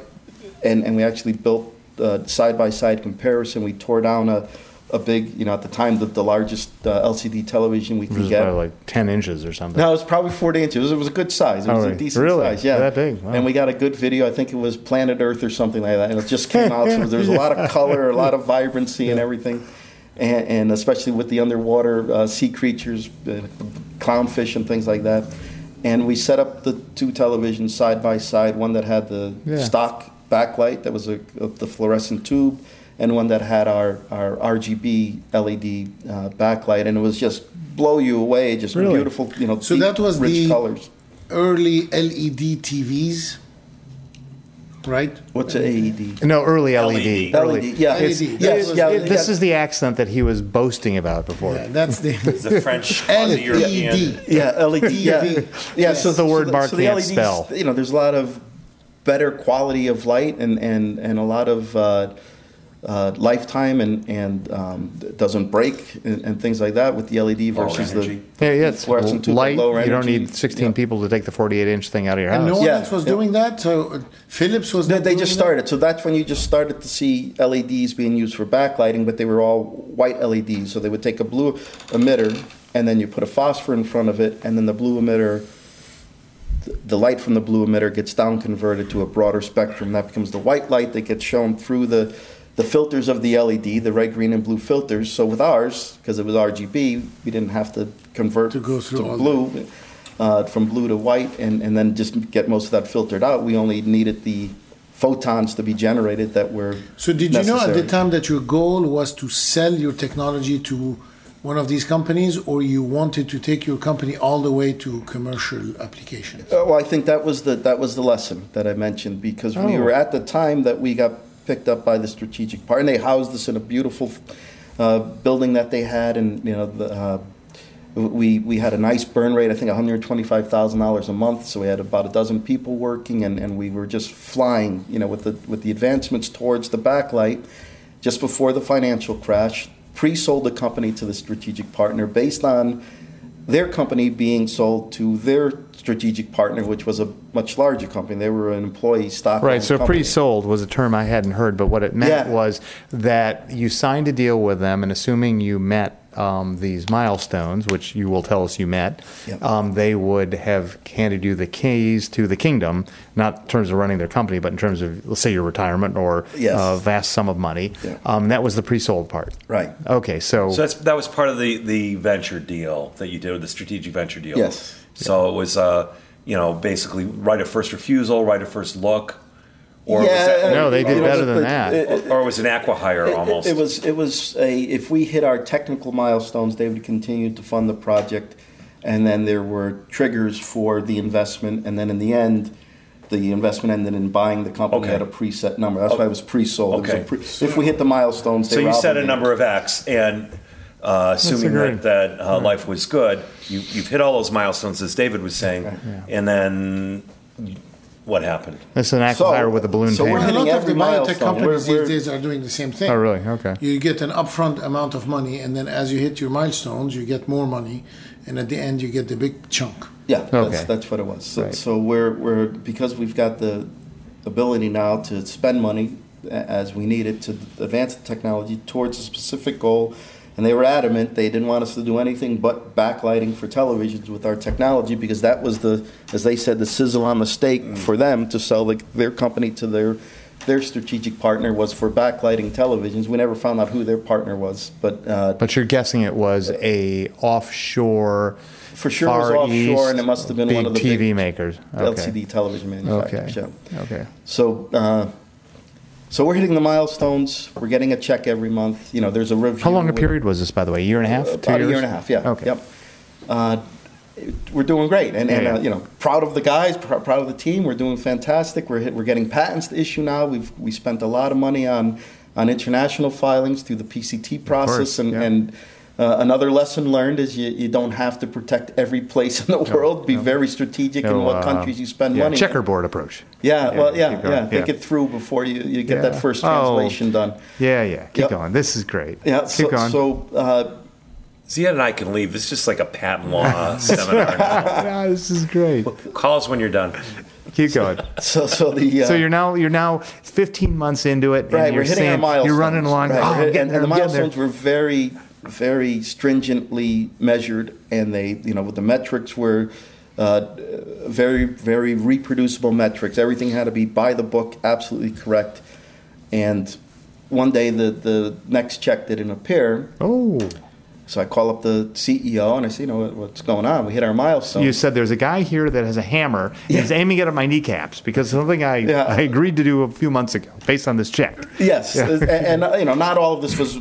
Speaker 4: and, and we actually built uh, side-by-side comparison. We tore down a, a big, you know, at the time, the, the largest uh, LCD television we
Speaker 2: It
Speaker 4: could
Speaker 2: was about
Speaker 4: get.
Speaker 2: like ten inches or something.
Speaker 4: No, it was probably 40 inches. It was, it was a good size. It was
Speaker 2: Oh,
Speaker 4: a
Speaker 2: really?
Speaker 4: decent
Speaker 2: Really?
Speaker 4: size. Yeah.
Speaker 2: That big? Wow.
Speaker 4: And we got a good video. I think it was Planet Earth or something like that. And it just came out. So there was a lot of color, a lot of vibrancy, and everything. And, and especially with the underwater uh, sea creatures, uh, clownfish, and things like that. And we set up the two televisions side by side one that had the
Speaker 2: Yeah.
Speaker 4: stock backlight that was a, of the fluorescent tube. And one that had our, our RGB LED uh, backlight, and it was just blow you away, just
Speaker 2: Really?
Speaker 4: beautiful, you know,
Speaker 1: So
Speaker 4: deep,
Speaker 1: that was
Speaker 4: rich
Speaker 1: the-
Speaker 4: colors.
Speaker 1: Early E LED TVs, right? Uh,
Speaker 4: What's E an AED?
Speaker 2: No, early LED.
Speaker 4: E
Speaker 3: LED.
Speaker 2: Early.
Speaker 4: LED, yeah,
Speaker 1: LED.
Speaker 4: it's-
Speaker 1: Yes,
Speaker 4: yes,
Speaker 1: was-
Speaker 4: yeah,
Speaker 1: it-
Speaker 2: E This
Speaker 4: yeah.
Speaker 2: is the accent that he was boasting about before.
Speaker 1: Yeah, that's the E
Speaker 3: The French quasi-European.
Speaker 1: LED.
Speaker 4: yeah, LED, yeah,
Speaker 1: TV.
Speaker 4: yeah.
Speaker 2: This is the word Mark can't
Speaker 4: LEDs,
Speaker 2: spell.
Speaker 4: E You know, there's a lot of better quality of light and and and a lot of uh, uh, lifetime and and um, it doesn't break and, and things like that with the LED
Speaker 3: Lower
Speaker 4: versus the
Speaker 3: energy.
Speaker 2: Yeah, yeah, it's
Speaker 4: fluorescent tube,
Speaker 2: light.
Speaker 4: lower
Speaker 2: You don't
Speaker 4: energy.
Speaker 2: need 16
Speaker 4: Yeah.
Speaker 2: people to take the 48 inch thing out of your house.
Speaker 1: And no one
Speaker 4: Yeah,
Speaker 1: else was
Speaker 4: yeah.
Speaker 1: doing that. So uh, Philips was.
Speaker 4: No,
Speaker 1: not
Speaker 4: they
Speaker 1: doing
Speaker 4: just
Speaker 1: that?
Speaker 4: started. So that's when you just started to see LEDs being used for backlighting, but they were all white LEDs. So they would take a blue emitter, and then you put a phosphor in front of it, and then the blue emitter, th- the light from the blue emitter gets down converted to a broader spectrum. That becomes the white light that gets shown through the the filters of the LED, the red, green, and blue filters. So with ours, because it was RGB, we didn't have to convert
Speaker 1: To go through all
Speaker 4: blue blue, uh, from blue to white, and, and then just get most of that filtered out. We only needed the photons to be generated that were.
Speaker 1: So did you know at
Speaker 4: necessary.
Speaker 1: the time that your goal was to sell your technology to one of these companies, or you wanted to take your company all the way to commercial applications?
Speaker 4: Uh, well, I think that was the that was the lesson that I mentioned because we
Speaker 2: Oh.
Speaker 4: were at the time that we got picked up by the strategic partner. And they housed us in a beautiful uh, building that they had, and you know the. Uh, we, we had a nice burn rate, I think $125,000 a month. So we had about a dozen people working, and, and we were just flying, you know, with the, with the advancements towards the backlight. Just before the financial crash, pre sold the company to the strategic partner based on their company being sold to their strategic partner, which was a much larger company. They were an employee stock.
Speaker 2: Right, so pre-sold was a term I hadn't heard, but what it meant
Speaker 4: Yeah.
Speaker 2: was that you signed a deal with them, and assuming you met um, these milestones, which you will tell us you met,
Speaker 4: Yep.
Speaker 2: um, they would have handed you the keys to the kingdom, not in terms of running their company, but in terms of, let's say, your retirement or
Speaker 4: Yes.
Speaker 2: a vast sum of money.
Speaker 4: Yeah.
Speaker 2: Um, that was the pre-sold part.
Speaker 4: Right.
Speaker 2: Okay, so,
Speaker 3: So that's, that was part of the, the venture deal that you did, the strategic venture deal.
Speaker 4: Yes.
Speaker 3: So it was, uh, you know, basically right of first refusal, right of first look, Or was that,
Speaker 2: No, they did
Speaker 4: you know,
Speaker 2: better than
Speaker 4: it-
Speaker 2: that.
Speaker 4: it- it-
Speaker 3: Or was an aqua hire almost?
Speaker 4: It, was it was a if we hit our technical milestones, they would continue to fund the project, and then there were triggers for the investment, and then in the end, the investment ended in buying the company
Speaker 3: Okay.
Speaker 4: at a preset number. That's why it was pre-sold. It was a
Speaker 3: Okay.
Speaker 4: pre- if we hit the milestones, they
Speaker 3: So
Speaker 4: were
Speaker 3: you set a
Speaker 4: obligated.
Speaker 3: number of X, and uh, assuming
Speaker 2: agreed.
Speaker 3: that, that uh, life was good, you, you've hit all those milestones, as David was saying, and then what happened?
Speaker 2: It's an
Speaker 4: So-
Speaker 2: acquire with a balloon
Speaker 4: so we're
Speaker 1: A
Speaker 2: payment.
Speaker 1: lot
Speaker 4: hitting
Speaker 1: of the
Speaker 4: every
Speaker 1: biotech
Speaker 4: milestone.
Speaker 1: companies
Speaker 4: We're-
Speaker 1: these days are doing the same thing.
Speaker 2: Oh, really? Okay.
Speaker 1: You get an upfront amount of money, and then as you hit your milestones, you get more money, and at the end, you get the big chunk.
Speaker 4: Yeah,
Speaker 2: Okay.
Speaker 4: that's, that's what it was. So,
Speaker 2: Right.
Speaker 4: so we're, we're because we've got the ability now to spend money a- as we need it to advance the technology towards a specific goal. And they were adamant they didn't want us to do anything but backlighting for televisions with our technology because that was the, as they said, the sizzle on the steak
Speaker 2: Mm.
Speaker 4: for them to sell like their company to their their strategic partner was for backlighting televisions. We never found out who their partner was, but uh,
Speaker 2: But you're guessing it was a offshore,
Speaker 4: For sure it was
Speaker 2: far
Speaker 4: offshore,
Speaker 2: east,
Speaker 4: and it must have been
Speaker 2: big
Speaker 4: one of the
Speaker 2: TV
Speaker 4: big
Speaker 2: makers.
Speaker 4: LCD television
Speaker 2: Okay.
Speaker 4: manufacturers. Yeah.
Speaker 2: Okay.
Speaker 4: So, uh, so we're hitting the milestones. We're getting a check every month. You know, there's a review.
Speaker 2: How long a
Speaker 4: with-
Speaker 2: period was this, by the way? A year and a half? Two
Speaker 4: About
Speaker 2: years?
Speaker 4: a year and a half. Yeah.
Speaker 2: Okay.
Speaker 4: Yep. Uh, we're doing great, and, and
Speaker 2: Yeah, yeah.
Speaker 4: Uh, you know, proud of the guys, pr- proud of the team. We're doing fantastic. We're hit, we're getting patents to issue now. We've we spent a lot of money on on international filings through the PCT process,
Speaker 2: course,
Speaker 4: and
Speaker 2: yeah.
Speaker 4: and. Uh, another lesson learned is you, you don't have to protect every place in the world. Be
Speaker 2: no.
Speaker 4: very strategic
Speaker 2: No,
Speaker 4: in what
Speaker 2: uh,
Speaker 4: countries you spend
Speaker 2: yeah,
Speaker 4: money. in.
Speaker 2: Checkerboard approach.
Speaker 4: Yeah, well, yeah,
Speaker 2: keep
Speaker 4: yeah,
Speaker 2: going.
Speaker 4: Think it through before you, you get
Speaker 2: Yeah.
Speaker 4: that first
Speaker 2: Oh.
Speaker 4: translation done.
Speaker 2: Yeah, yeah. Keep
Speaker 4: Yep.
Speaker 2: going. This is great.
Speaker 4: Yeah,
Speaker 2: Keep
Speaker 4: so,
Speaker 2: going.
Speaker 4: so uh,
Speaker 3: Zia and I can leave. It's just like a patent law seminar. now.
Speaker 2: Ah, this is great.
Speaker 3: Call us when you're done.
Speaker 2: Keep going.
Speaker 4: so so the uh,
Speaker 2: So you're now you're now 15 months into it.
Speaker 4: right.
Speaker 2: and you're
Speaker 4: We're hitting our
Speaker 2: saying-
Speaker 4: milestones.
Speaker 2: You're running along.
Speaker 4: right,
Speaker 2: Oh,
Speaker 4: we're
Speaker 2: I'm
Speaker 4: hit-
Speaker 2: getting
Speaker 4: and,
Speaker 2: there,
Speaker 4: and the
Speaker 2: I'm getting there.
Speaker 4: milestones were very very stringently measured, and they you know the metrics were. Uh, very, very reproducible metrics. Everything had to be by the book, absolutely correct. And one day, the, the next check didn't appear,
Speaker 2: Oh,
Speaker 4: so I call up the CEO and I say, you know, what- what's going on? We hit our milestone.
Speaker 2: you said there's a guy here that has a hammer. and He's aiming it at my kneecaps because something I,
Speaker 4: Yeah.
Speaker 2: I agreed to do a few months ago based on this check.
Speaker 4: Yes, and, and, you know, not all of this was. uh,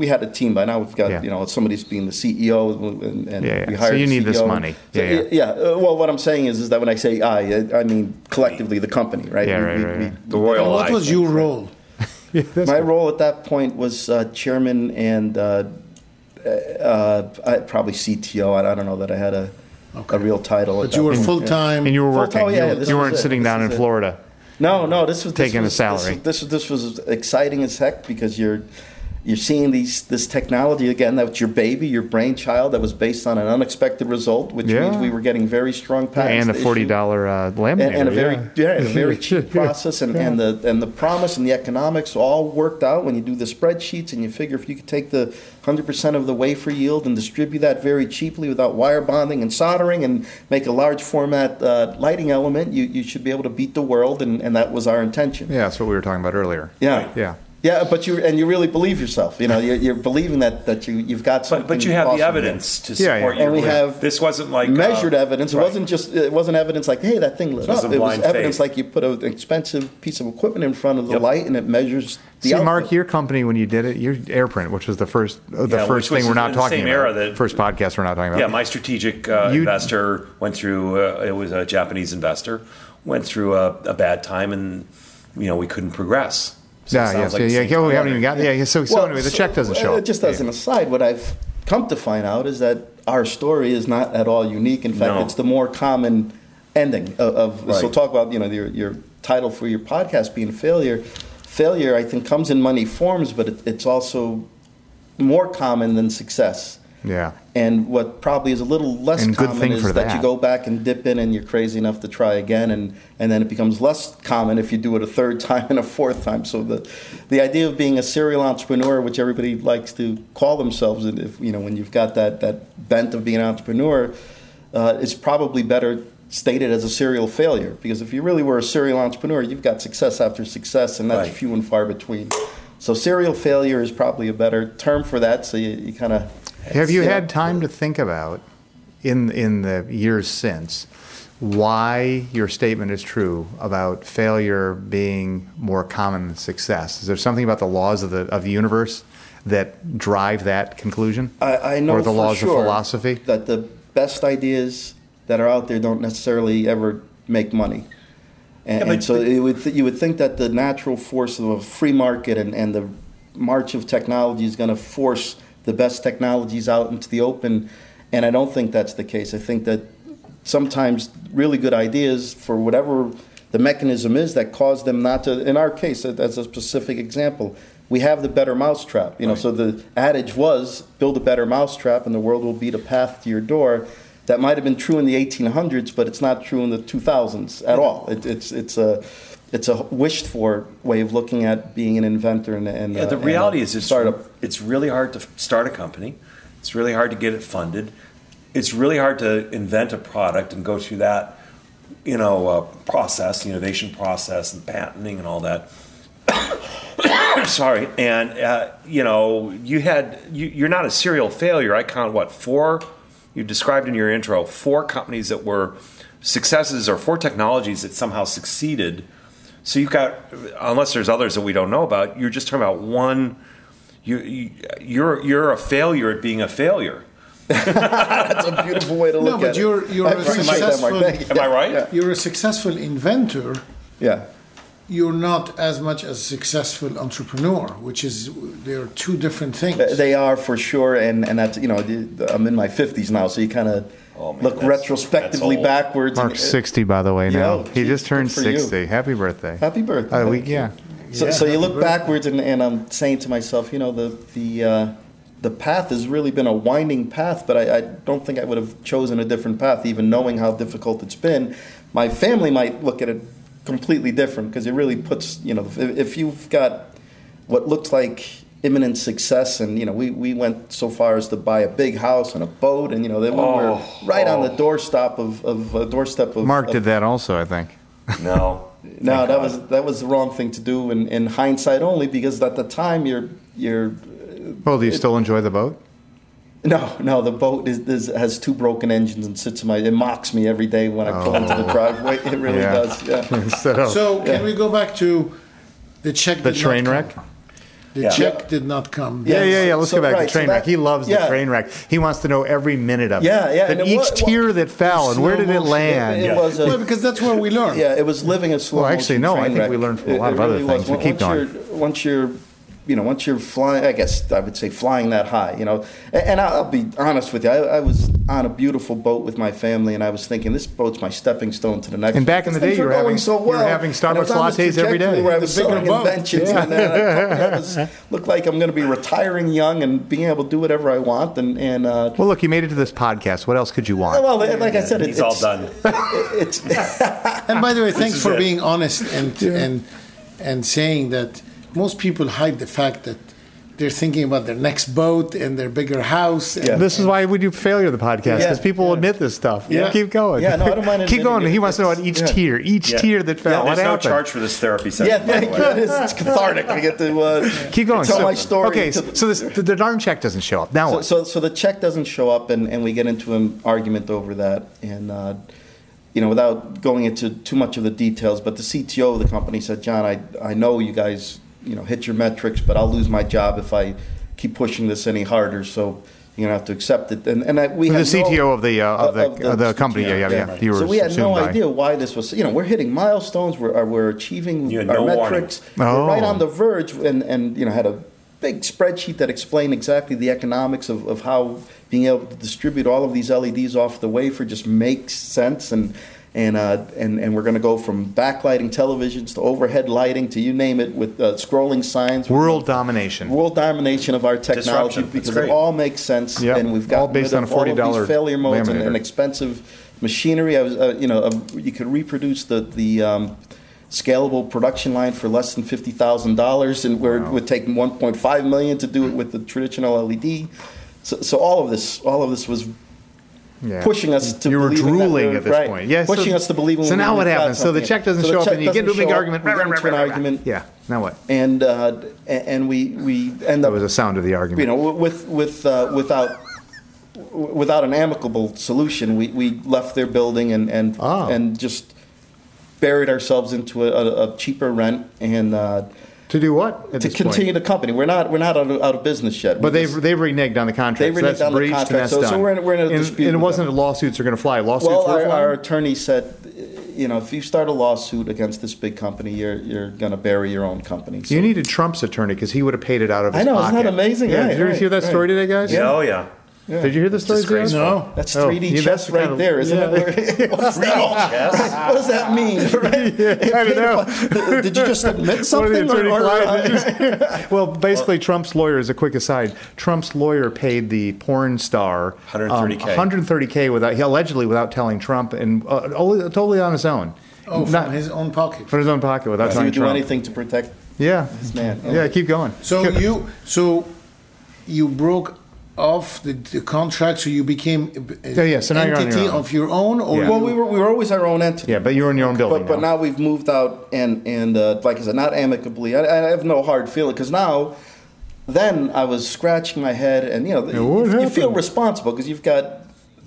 Speaker 4: We had a team by now. We've got
Speaker 2: Yeah.
Speaker 4: you know somebody's being the CEO, and, and
Speaker 2: Yeah, yeah.
Speaker 4: we hired.
Speaker 2: So you
Speaker 4: the
Speaker 2: need this
Speaker 4: CEO.
Speaker 2: money.
Speaker 4: So,
Speaker 2: Yeah, yeah.
Speaker 4: uh, Well, what I'm saying is, is that when I say I, I- I mean collectively the company, right?
Speaker 2: Yeah,
Speaker 4: We-
Speaker 2: right,
Speaker 4: we-
Speaker 2: right,
Speaker 4: we-
Speaker 2: right.
Speaker 3: The royal
Speaker 1: And what
Speaker 3: eye
Speaker 1: was
Speaker 3: thing.
Speaker 1: your role?
Speaker 4: my role at that point was uh, chairman and uh, uh, I, probably CTO. I, I don't know that I had a a real title. at
Speaker 1: But you
Speaker 4: that
Speaker 1: were
Speaker 4: point.
Speaker 1: full time.
Speaker 2: And you were
Speaker 4: Full-
Speaker 2: working.
Speaker 4: oh, yeah,
Speaker 2: you,
Speaker 4: this
Speaker 2: you
Speaker 4: was
Speaker 2: weren't
Speaker 4: it.
Speaker 2: sitting
Speaker 4: This
Speaker 2: down in
Speaker 4: is it.
Speaker 2: Florida.
Speaker 4: No, no. This was this
Speaker 2: Taking a
Speaker 4: was-
Speaker 2: salary.
Speaker 4: This was, this was this was exciting as heck because you're you're seeing these this technology again. That was your baby, your brainchild. That was based on an unexpected result, which
Speaker 2: Yeah.
Speaker 4: means we were getting very strong patents
Speaker 2: and a
Speaker 4: to
Speaker 2: forty
Speaker 4: issue.
Speaker 2: dollar uh, laminator,
Speaker 4: And, and a very
Speaker 2: yeah.
Speaker 4: yeah. and a very cheap process, and, and the and the promise and the economics all worked out when you do the spreadsheets and you figure if you could take the hundred percent of the wafer yield and distribute that very cheaply without wire bonding and soldering and make a large format uh, lighting element, you, you should be able to beat the world, and, and that was our intention.
Speaker 2: Yeah, that's what we were talking about earlier.
Speaker 4: Yeah.
Speaker 2: Yeah.
Speaker 4: Yeah, but you and you really believe yourself. You know, you're, you're believing that that you you've got something.
Speaker 3: But, but you have
Speaker 4: awesome
Speaker 3: the
Speaker 4: here.
Speaker 3: evidence to
Speaker 2: Yeah, yeah.
Speaker 3: support
Speaker 2: And
Speaker 3: your
Speaker 4: we
Speaker 3: belief.
Speaker 4: have
Speaker 3: this wasn't like uh,
Speaker 4: measured evidence. It
Speaker 3: right.
Speaker 4: wasn't just it wasn't evidence like, hey, that thing lit
Speaker 3: wasn't
Speaker 4: up. It was
Speaker 3: blind faith.
Speaker 4: evidence like you put an expensive piece of equipment in front of the
Speaker 3: Yep.
Speaker 4: light and it measures the
Speaker 2: See,
Speaker 4: output.
Speaker 2: Mark, your company when you did it, your Airprint, which was the first, uh, the
Speaker 3: Yeah,
Speaker 2: first
Speaker 3: which was
Speaker 2: thing we're not
Speaker 3: in the
Speaker 2: talking
Speaker 3: same
Speaker 2: about,
Speaker 3: era that-
Speaker 2: first podcast we're not talking about.
Speaker 3: Yeah, my strategic uh,
Speaker 2: You-
Speaker 3: investor went through. Uh, it was a Japanese investor went through a, a bad time, and you know we couldn't progress. So it
Speaker 2: yeah,
Speaker 3: sounds
Speaker 2: yeah,
Speaker 3: like
Speaker 2: yeah,
Speaker 3: the
Speaker 2: yeah,
Speaker 3: same
Speaker 2: yeah, We
Speaker 3: thing.
Speaker 2: haven't even got. Yeah, yeah. So, so
Speaker 4: Well,
Speaker 2: anyway, the
Speaker 4: so,
Speaker 2: check doesn't
Speaker 4: uh,
Speaker 2: show.
Speaker 4: It just
Speaker 2: up.
Speaker 4: as an aside, what I've come to find out is that our story is not at all unique. In fact,
Speaker 3: No.
Speaker 4: it's the more common ending of. of So
Speaker 3: Right.
Speaker 4: talk about you know your your title for your podcast being failure. Failure, I think, comes in many forms, but it, it's also more common than success.
Speaker 2: Yeah.
Speaker 4: And what probably is a little less
Speaker 2: And good
Speaker 4: common
Speaker 2: thing
Speaker 4: is
Speaker 2: for
Speaker 4: that.
Speaker 2: that.
Speaker 4: you go back and dip in and you're crazy enough to try again and, and then it becomes less common if you do it a third time and a fourth time. So the the idea of being a serial entrepreneur, which everybody likes to call themselves, and if you know when you've got that, that bent of being an entrepreneur, uh, is probably better stated as a serial failure. Because if you really were a serial entrepreneur, you've got success after success and that's
Speaker 3: Right.
Speaker 4: few and far between. So serial failure is probably a better term for that. So you, you kind of uh,
Speaker 2: Have you
Speaker 4: Yeah.
Speaker 2: had time to think about in in the years since why your statement is true about failure being more common than success. Is there something about the laws of the of the universe that drive that conclusion?
Speaker 4: I, I know
Speaker 2: or the
Speaker 4: for
Speaker 2: laws
Speaker 4: sure
Speaker 2: of philosophy.
Speaker 4: that the best ideas that are out there don't necessarily ever make money. And,
Speaker 3: Yeah, but-
Speaker 4: and so it would th- you would think that the natural force of a free market and, and the march of technology is going to force the best technologies out into the open. And I don't think that's the case. I think that sometimes really good ideas, for whatever the mechanism is that caused them not to, in our case, that- that's a specific example, we have the better mousetrap. You know, so the adage was build a better mousetrap and the world will beat a path to your door. That might have been true in the 1800s, but it's not true in the 2000s at all. It, it's it's a it's a wished for way of looking at being an inventor and, and
Speaker 3: Yeah,
Speaker 4: uh,
Speaker 3: the
Speaker 4: and a
Speaker 3: reality is it's
Speaker 4: startup.
Speaker 3: It's really hard to f- start a company. It's really hard to get it funded. It's really hard to invent a product and go through that, you know, uh, process, the innovation process, and patenting and all that. Sorry, and uh, you know, you had you, you're not a serial failure. I count what four you described in your intro four companies that were successes or four technologies that somehow succeeded. So you've got, unless there's others that we don't know about, you're just talking about one. You, you you're you're a failure at being a failure.
Speaker 4: That's a beautiful way to look
Speaker 1: No,
Speaker 4: at
Speaker 1: but
Speaker 4: it.
Speaker 1: you're- you're
Speaker 4: I
Speaker 1: a
Speaker 4: appreciate
Speaker 1: successful-
Speaker 4: that, Mark. Thank you.
Speaker 3: Am I right?
Speaker 4: Yeah.
Speaker 1: You're a successful inventor.
Speaker 4: yeah.
Speaker 1: You're not as much as successful entrepreneur, which is they are two different things.
Speaker 4: They are for sure, and and that's you know the- I'm in my 50s now, so you kind of
Speaker 3: Oh, man,
Speaker 4: look
Speaker 3: that's-
Speaker 4: retrospectively
Speaker 3: that's old.
Speaker 4: backwards. and-
Speaker 2: Mark's 60, by the way, now.
Speaker 4: Yo,
Speaker 2: he just
Speaker 4: geez,
Speaker 2: turned
Speaker 4: good for you.
Speaker 2: 60. Happy birthday.
Speaker 4: Happy birthday!
Speaker 2: Uh, we,
Speaker 4: Thank you.
Speaker 2: yeah.
Speaker 4: So,
Speaker 1: Yeah,
Speaker 4: so you
Speaker 1: happy
Speaker 4: look
Speaker 1: birthday.
Speaker 4: backwards, and, and I'm saying to myself, you know, the the uh, the path has really been a winding path, but I, I don't think I would have chosen a different path, even knowing how difficult it's been. My family might look at it completely different because it really puts, you know, if, if you've got what looked like imminent success, and you know, we, we went so far as to buy a big house and a boat, and you know, then we were
Speaker 3: Oh,
Speaker 4: right on
Speaker 3: oh.
Speaker 4: the doorstep of, of uh, doorstep of
Speaker 2: Mark
Speaker 4: of
Speaker 2: did that also, I think.
Speaker 3: No.
Speaker 4: no,
Speaker 3: Thank
Speaker 4: that
Speaker 3: God.
Speaker 4: was that was the wrong thing to do in, in hindsight only because at the time you're you're
Speaker 2: Well, Oh, do you still enjoy the boat?
Speaker 4: no no the boat is, is has two broken engines and sits in my it mocks me every day when I pull into the driveway it really
Speaker 2: Oh. Yeah.
Speaker 4: does yeah
Speaker 2: Instead of
Speaker 1: so can we go back to the check?
Speaker 2: Oh, the
Speaker 1: did not
Speaker 2: train
Speaker 1: come.
Speaker 2: wreck?
Speaker 1: The
Speaker 3: Yeah.
Speaker 1: check did not come.
Speaker 2: Yeah, yeah, yeah.
Speaker 4: so-
Speaker 2: Let's
Speaker 4: so-
Speaker 2: go back to
Speaker 4: right,
Speaker 2: the
Speaker 4: so
Speaker 2: train wreck.
Speaker 4: that-
Speaker 2: He loves the
Speaker 4: yeah.
Speaker 2: train wreck. He wants to know every minute of it.
Speaker 4: Yeah, yeah,
Speaker 2: That
Speaker 4: and it
Speaker 2: each
Speaker 4: wa- wa-
Speaker 2: tear that fell Oh, and where
Speaker 1: slow
Speaker 2: did it
Speaker 1: motion.
Speaker 2: land?
Speaker 4: it, it was a,
Speaker 1: Well, because that's where we learn.
Speaker 4: Yeah, it was living a slow.
Speaker 2: Well, actually,
Speaker 4: motion
Speaker 2: no,
Speaker 4: train
Speaker 2: I think
Speaker 4: wreck.
Speaker 2: we learned from a
Speaker 4: It-
Speaker 2: lot
Speaker 4: it
Speaker 2: of other
Speaker 4: was.
Speaker 2: things, but keep
Speaker 4: once You're, once you're, you know, once you're flying, I guess I would say flying that high, you know. And, and I'll be honest with you, I, I was on a beautiful boat with my family, and I was thinking this boat's my stepping stone to the next.
Speaker 2: And back in
Speaker 4: These
Speaker 2: the day,
Speaker 4: things
Speaker 2: you were
Speaker 4: going
Speaker 2: having-
Speaker 4: so
Speaker 2: you were
Speaker 4: well.
Speaker 2: having
Speaker 4: And I was
Speaker 2: Starbucks
Speaker 4: on this
Speaker 2: lattes every
Speaker 4: trajectory
Speaker 2: day.
Speaker 4: Where I was
Speaker 1: bigger
Speaker 4: selling
Speaker 1: boat.
Speaker 4: inventions, and then I, I was, looked like I'm going to be retiring young and being able to do whatever I want, and and. Uh,
Speaker 2: Well, look, you made it to this podcast. What else could you want?
Speaker 4: well, like I said, it-
Speaker 3: He's
Speaker 4: it's
Speaker 3: all done.
Speaker 4: It's,
Speaker 1: And by the way, thanks
Speaker 3: is
Speaker 1: for
Speaker 3: it.
Speaker 1: being honest and and and saying that most people hide the fact that they're thinking about their next boat and their bigger house. And
Speaker 4: Yeah.
Speaker 2: This is why we do failure the podcast because
Speaker 4: Yeah,
Speaker 2: people
Speaker 4: yeah.
Speaker 2: admit this stuff.
Speaker 4: Yeah.
Speaker 2: Keep going.
Speaker 4: Yeah, no, I don't mind
Speaker 2: Keep going.
Speaker 4: admitting
Speaker 2: He
Speaker 4: it.
Speaker 2: wants to know about each
Speaker 4: Yeah.
Speaker 2: tier, each
Speaker 3: Yeah.
Speaker 2: tier that fell.
Speaker 3: Yeah,
Speaker 2: what
Speaker 3: there's no
Speaker 2: happened?
Speaker 3: charge for this therapy session.
Speaker 4: yeah,
Speaker 3: by the
Speaker 4: thank you.
Speaker 3: way.
Speaker 4: It's, it's cathartic. I get to uh,
Speaker 2: Keep going.
Speaker 4: Tell
Speaker 2: so,
Speaker 4: my story.
Speaker 2: Okay,
Speaker 4: to-
Speaker 2: so, so this, the, the darn check doesn't show up. Now
Speaker 4: so,
Speaker 2: what?
Speaker 4: so, so the check doesn't show up, and, and we get into an argument over that. And, uh, you know, without going into too much of the details, but the CTO of the company said, John, I, I know you guys, you know, hit your metrics, but I'll lose my job if I keep pushing this any harder. So you're going to have to accept it. And, and I, we
Speaker 2: The
Speaker 4: had no-
Speaker 2: CTO of the, uh, of the- of the company, yeah, yeah, yeah. You
Speaker 4: so
Speaker 2: were
Speaker 4: we had no
Speaker 2: subsumed by-
Speaker 4: idea why this was. You know, we're hitting milestones. We're uh, we're achieving
Speaker 3: You
Speaker 4: our
Speaker 3: had no warning.
Speaker 4: metrics.
Speaker 2: Oh.
Speaker 4: We're right on the verge, and and you know had a big spreadsheet that explained exactly the economics of, of how being able to distribute all of these LEDs off the wafer just makes sense and. And, uh, and and we're going to go from backlighting televisions to overhead lighting to you name it with uh, scrolling signs.
Speaker 2: World domination.
Speaker 4: World domination of our technology
Speaker 3: Disruption. That's
Speaker 4: because it
Speaker 3: great.
Speaker 4: all makes sense,
Speaker 2: Yep.
Speaker 4: and we've
Speaker 2: All
Speaker 4: got
Speaker 2: based on a
Speaker 4: all of
Speaker 2: $40
Speaker 4: these failure modes and,
Speaker 2: laminator.
Speaker 4: and expensive machinery. I was, uh, you know, um, you could reproduce the the um, scalable production line for less than fifty thousand dollars, and where it would take one point five million to do it with the traditional LED. So, so all of this, all of this was
Speaker 2: Yeah.
Speaker 4: pushing us to
Speaker 2: You were
Speaker 4: believe in that
Speaker 2: drooling
Speaker 4: we're-
Speaker 2: at this
Speaker 4: right,
Speaker 2: point. Yes.
Speaker 4: pushing us to believe in
Speaker 2: So
Speaker 4: we
Speaker 2: now what
Speaker 4: we've got
Speaker 2: happens? So the
Speaker 4: something.
Speaker 2: check doesn't
Speaker 4: So the
Speaker 2: show up,
Speaker 4: check
Speaker 2: and you get into a
Speaker 4: doesn't
Speaker 2: big
Speaker 4: show up.
Speaker 2: argument.
Speaker 4: We get into an argument.
Speaker 2: Yeah. Now what?
Speaker 4: and uh, and and we we end
Speaker 2: That
Speaker 4: up
Speaker 2: was the sound of the
Speaker 4: you
Speaker 2: argument.
Speaker 4: know with with uh, without w- without an amicable solution, we, we left their building and and
Speaker 2: Ah.
Speaker 4: and just buried ourselves into a, a, a cheaper rent and uh,
Speaker 2: To do what? At
Speaker 4: to
Speaker 2: this
Speaker 4: continue
Speaker 2: Point?
Speaker 4: the company. We're not we're not out of, out of business yet.
Speaker 2: But
Speaker 4: We
Speaker 2: they've,
Speaker 4: just-
Speaker 2: they've reneged on the contract.
Speaker 4: They've
Speaker 2: so that's
Speaker 4: reneged on the
Speaker 2: breached and
Speaker 4: contract,
Speaker 2: that's
Speaker 4: so- so
Speaker 2: done.
Speaker 4: we're in- we're in a
Speaker 2: And-
Speaker 4: dispute
Speaker 2: And it
Speaker 4: with
Speaker 2: wasn't that lawsuits are going to fly. Lawsuits
Speaker 4: well,
Speaker 2: were
Speaker 4: our,
Speaker 2: flying?
Speaker 4: our attorney said, you know, if you start a lawsuit against this big company, you're you're going to bury your own company. So-
Speaker 2: You needed Trump's attorney because he would have paid it out of
Speaker 4: I
Speaker 2: his
Speaker 4: know, isn't
Speaker 2: pocket.
Speaker 4: that amazing?
Speaker 2: Yeah,
Speaker 4: Right,
Speaker 2: did you
Speaker 4: right,
Speaker 2: hear that
Speaker 4: right.
Speaker 2: story today, guys?
Speaker 3: Yeah. Oh yeah.
Speaker 2: Did you hear the story today?
Speaker 3: Disgraceful.
Speaker 1: No.
Speaker 4: That's
Speaker 2: Oh,
Speaker 4: 3D
Speaker 2: yeah, that's
Speaker 4: chess
Speaker 2: the
Speaker 4: right
Speaker 2: kind of-
Speaker 4: there, isn't
Speaker 2: yeah.
Speaker 4: it? What, does that,
Speaker 3: Yes.
Speaker 4: what does that mean? Right?
Speaker 2: I don't know.
Speaker 4: Did you just admit
Speaker 2: One of the
Speaker 4: something? or-
Speaker 2: attorney
Speaker 4: or- uh,
Speaker 2: clients- well, basically, Trump's lawyer, as a quick aside, Trump's lawyer paid the porn star um,
Speaker 3: 130K.
Speaker 2: 130K without, he allegedly without telling Trump and uh, only, totally on his own.
Speaker 1: Oh, from
Speaker 2: Not-
Speaker 1: his own pocket.
Speaker 2: from his own pocket without
Speaker 4: he
Speaker 2: telling
Speaker 4: would do
Speaker 2: Trump.
Speaker 4: anything to protect
Speaker 2: Yeah.
Speaker 4: his man.
Speaker 2: Yeah, keep going.
Speaker 1: So you so you broke off the, the contract, so you became a,
Speaker 2: Yeah, yeah, so now you're on your
Speaker 1: entity
Speaker 2: own.
Speaker 1: of your own, or
Speaker 2: Yeah.
Speaker 4: Well, we were we were always our own entity.
Speaker 2: Yeah, but you're in your own building.
Speaker 4: But, but now we've moved out and and uh, like I said, not amicably. I, I have no hard feeling because now, then I was scratching my head and you know
Speaker 2: what
Speaker 4: you, you feel
Speaker 2: happened?
Speaker 4: responsible because you've got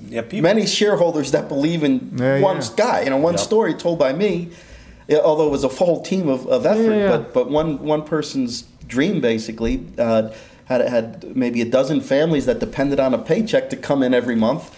Speaker 3: Yeah. People.
Speaker 4: many shareholders that believe in
Speaker 2: Yeah,
Speaker 4: one
Speaker 2: yeah.
Speaker 4: guy. You know, one
Speaker 3: Yep.
Speaker 4: story told by me, yeah, although it was a whole team of, of effort,
Speaker 2: Yeah, yeah.
Speaker 4: but but one one person's dream basically uh, had had maybe a dozen families that depended on a paycheck to come in every month.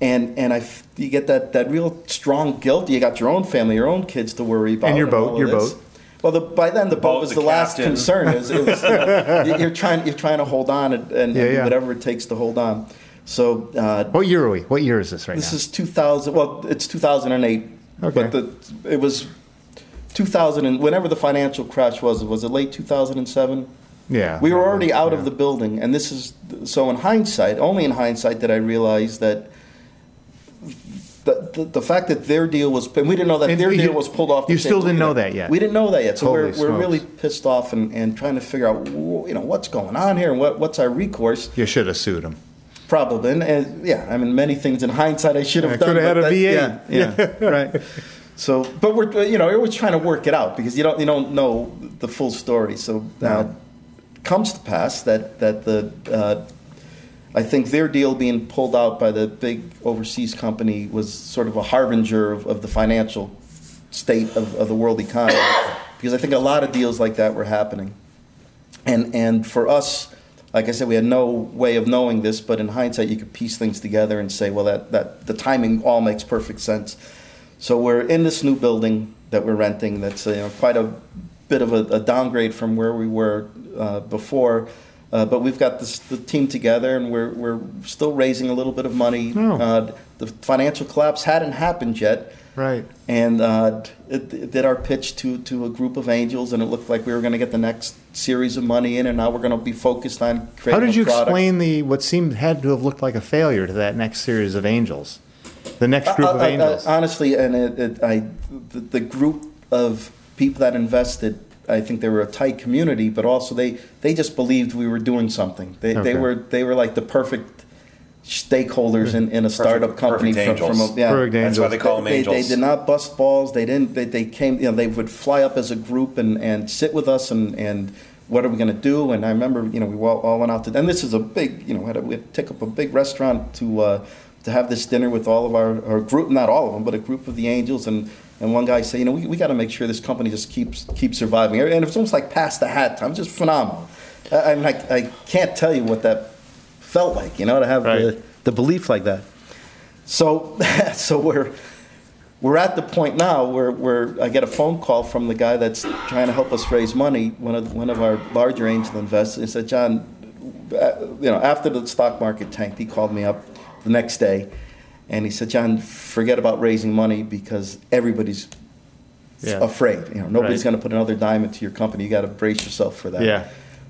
Speaker 4: And, and I, f- you get that, that real strong guilt. You got your own family, your own kids to worry about.
Speaker 2: And your boat,
Speaker 4: all of
Speaker 2: your
Speaker 4: this.
Speaker 2: boat.
Speaker 4: Well, the, by then the, boat
Speaker 3: boat,
Speaker 4: was the,
Speaker 3: the
Speaker 4: last
Speaker 3: captain.
Speaker 4: concern. It was, it was, you know, you're trying, you're trying to hold on and, and
Speaker 2: Yeah, yeah.
Speaker 4: whatever it takes to hold on. So uh,
Speaker 2: what year are we? What year is this right
Speaker 4: this
Speaker 2: now?
Speaker 4: is 2000. Well, it's 2008.
Speaker 2: Okay.
Speaker 4: But the, it was 2000 and whenever the financial crash was, was it late 2007?
Speaker 2: yeah.
Speaker 4: We were already out of
Speaker 2: Yeah.
Speaker 4: the building, and this is so. In hindsight, only in hindsight, did I realize that. The, the, the fact that their deal was, and we didn't know that
Speaker 2: And
Speaker 4: their
Speaker 2: you-
Speaker 4: deal was pulled off. The
Speaker 2: you still
Speaker 4: table
Speaker 2: didn't know
Speaker 4: either.
Speaker 2: that yet.
Speaker 4: We didn't know that yet, so
Speaker 2: Holy
Speaker 4: we're, we're really
Speaker 2: smokes.
Speaker 4: pissed off and, and trying to figure out, wh- you know, what's going on here and what, what's our recourse.
Speaker 2: You should have sued him.
Speaker 4: Probably, and, and yeah, I mean, many things in hindsight I should have
Speaker 2: I
Speaker 4: done.
Speaker 2: coulda had
Speaker 4: but
Speaker 2: a
Speaker 4: that-
Speaker 2: VA.
Speaker 4: Yeah, yeah right. So, but we're you know you're always trying to work it out because you don't you don't know the full story. So uh,
Speaker 2: No.
Speaker 4: comes to pass that that the uh, I think their deal being pulled out by the big overseas company was sort of a harbinger of, of the financial state of, of the world economy because I think a lot of deals like that were happening and and for us like i said we had no way of knowing this but in hindsight you could piece things together and say well that, that the timing all makes perfect sense so we're in this new building that we're renting that's you know, quite a bit of a, a downgrade from where we were uh, before uh, but we've got this, the team together and we're, we're still raising a little bit of money
Speaker 2: Oh.
Speaker 4: uh, the financial collapse hadn't happened yet
Speaker 2: Right.
Speaker 4: and uh, it, it did our pitch to, to a group of angels, and it looked like we were going to get the next series of money in, and now we're going to be focused on creating.
Speaker 2: How did
Speaker 4: a
Speaker 2: you
Speaker 4: product.
Speaker 2: explain the what seemed had to have looked like a failure to that next series of angels, the next group
Speaker 4: Uh,
Speaker 2: of
Speaker 4: uh, uh,
Speaker 2: angels?
Speaker 4: honestly, and it, it, I, the, the group of people that invested, I think they were a tight community, but also they, they just believed we were doing something. They,
Speaker 2: Okay.
Speaker 4: they were they were like the perfect stakeholders in, in a startup company
Speaker 3: perfect
Speaker 4: from,
Speaker 3: angels.
Speaker 4: from a, yeah.
Speaker 2: Perfect
Speaker 3: That's why
Speaker 2: Angels.
Speaker 3: they call them
Speaker 4: they,
Speaker 3: angels.
Speaker 4: They did not bust balls. They didn't. They, they came. You know, they would fly up as a group and, and sit with us and and what are we going to do? And I remember, you know, we all, all went out to. And this is a big, you know, we had, a, we had to take up a big restaurant to uh, to have this dinner with all of our, our group. Not all of them, but a group of the angels. And and one guy said, you know, we, we got to make sure this company just keeps keeps surviving. And it was almost like past the hat time. Just phenomenal. I, I mean, I, I can't tell you what that felt like. You know, to have
Speaker 2: Right.
Speaker 4: the, the belief like that. So, so we're we're at the point now where, where I get a phone call from the guy that's trying to help us raise money, one of one of our larger angel investors. He said, "John, uh, you know, after the stock market tanked, he called me up the next day, and he said, "John, forget about raising money because everybody's
Speaker 2: Yeah.
Speaker 4: afraid. You know, nobody's
Speaker 2: Right.
Speaker 4: going to put another dime into your company. You got to brace yourself for that."
Speaker 2: Yeah.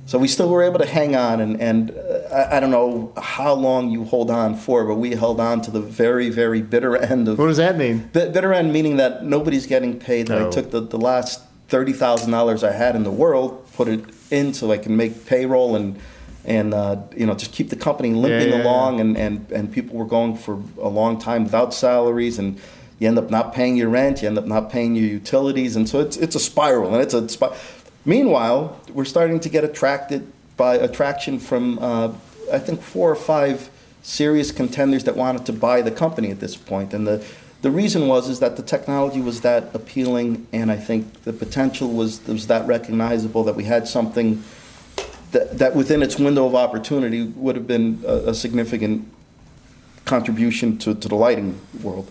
Speaker 4: So we still were able to hang on, and, and uh, I, I don't know how long you hold on for, but we held on to the very, very bitter end of
Speaker 2: what does that mean?
Speaker 4: Bit- bitter end meaning that nobody's getting paid. And
Speaker 2: No.
Speaker 4: I took the, the last thirty thousand dollars I had in the world, put it in so I can make payroll and and uh, you know just keep the company limping
Speaker 2: yeah, yeah.
Speaker 4: along. And, and and people were going for a long time without salaries, and you end up not paying your rent, you end up not paying your utilities, and so it's it's a spiral, and it's a spi- Meanwhile, we're starting to get attracted by attraction from uh, I think four or five serious contenders that wanted to buy the company at this point. And the, the reason was is that the technology was that appealing, and I think the potential was, was that recognizable that we had something that, that within its window of opportunity would have been a, a significant contribution to, to the lighting world.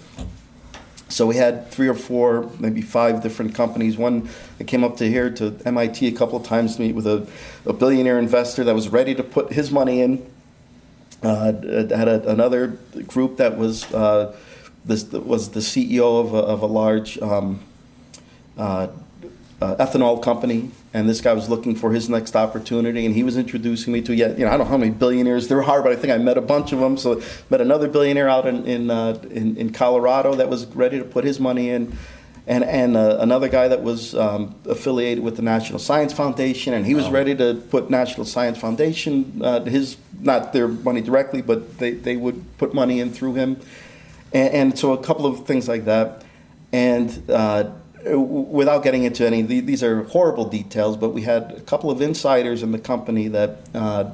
Speaker 4: So we had three or four, maybe five different companies. One that came up to here to MIT a couple of times to meet with a, a billionaire investor that was ready to put his money in. Uh, had a, another group that was uh, this was the CEO of a, of a large um, uh, uh, ethanol company, and this guy was looking for his next opportunity, and he was introducing me to yet you know I don't know how many billionaires there are, but I think I met a bunch of them. So met another billionaire out in in uh, in, in, Colorado that was ready to put his money in. And, and uh, another guy that was um, affiliated with the National Science Foundation, and he was wow. ready to put National Science Foundation, uh, his not their money directly, but they, they would put money in through him. And, and so a couple of things like that. And uh, without getting into any, these are horrible details, but we had a couple of insiders in the company that uh,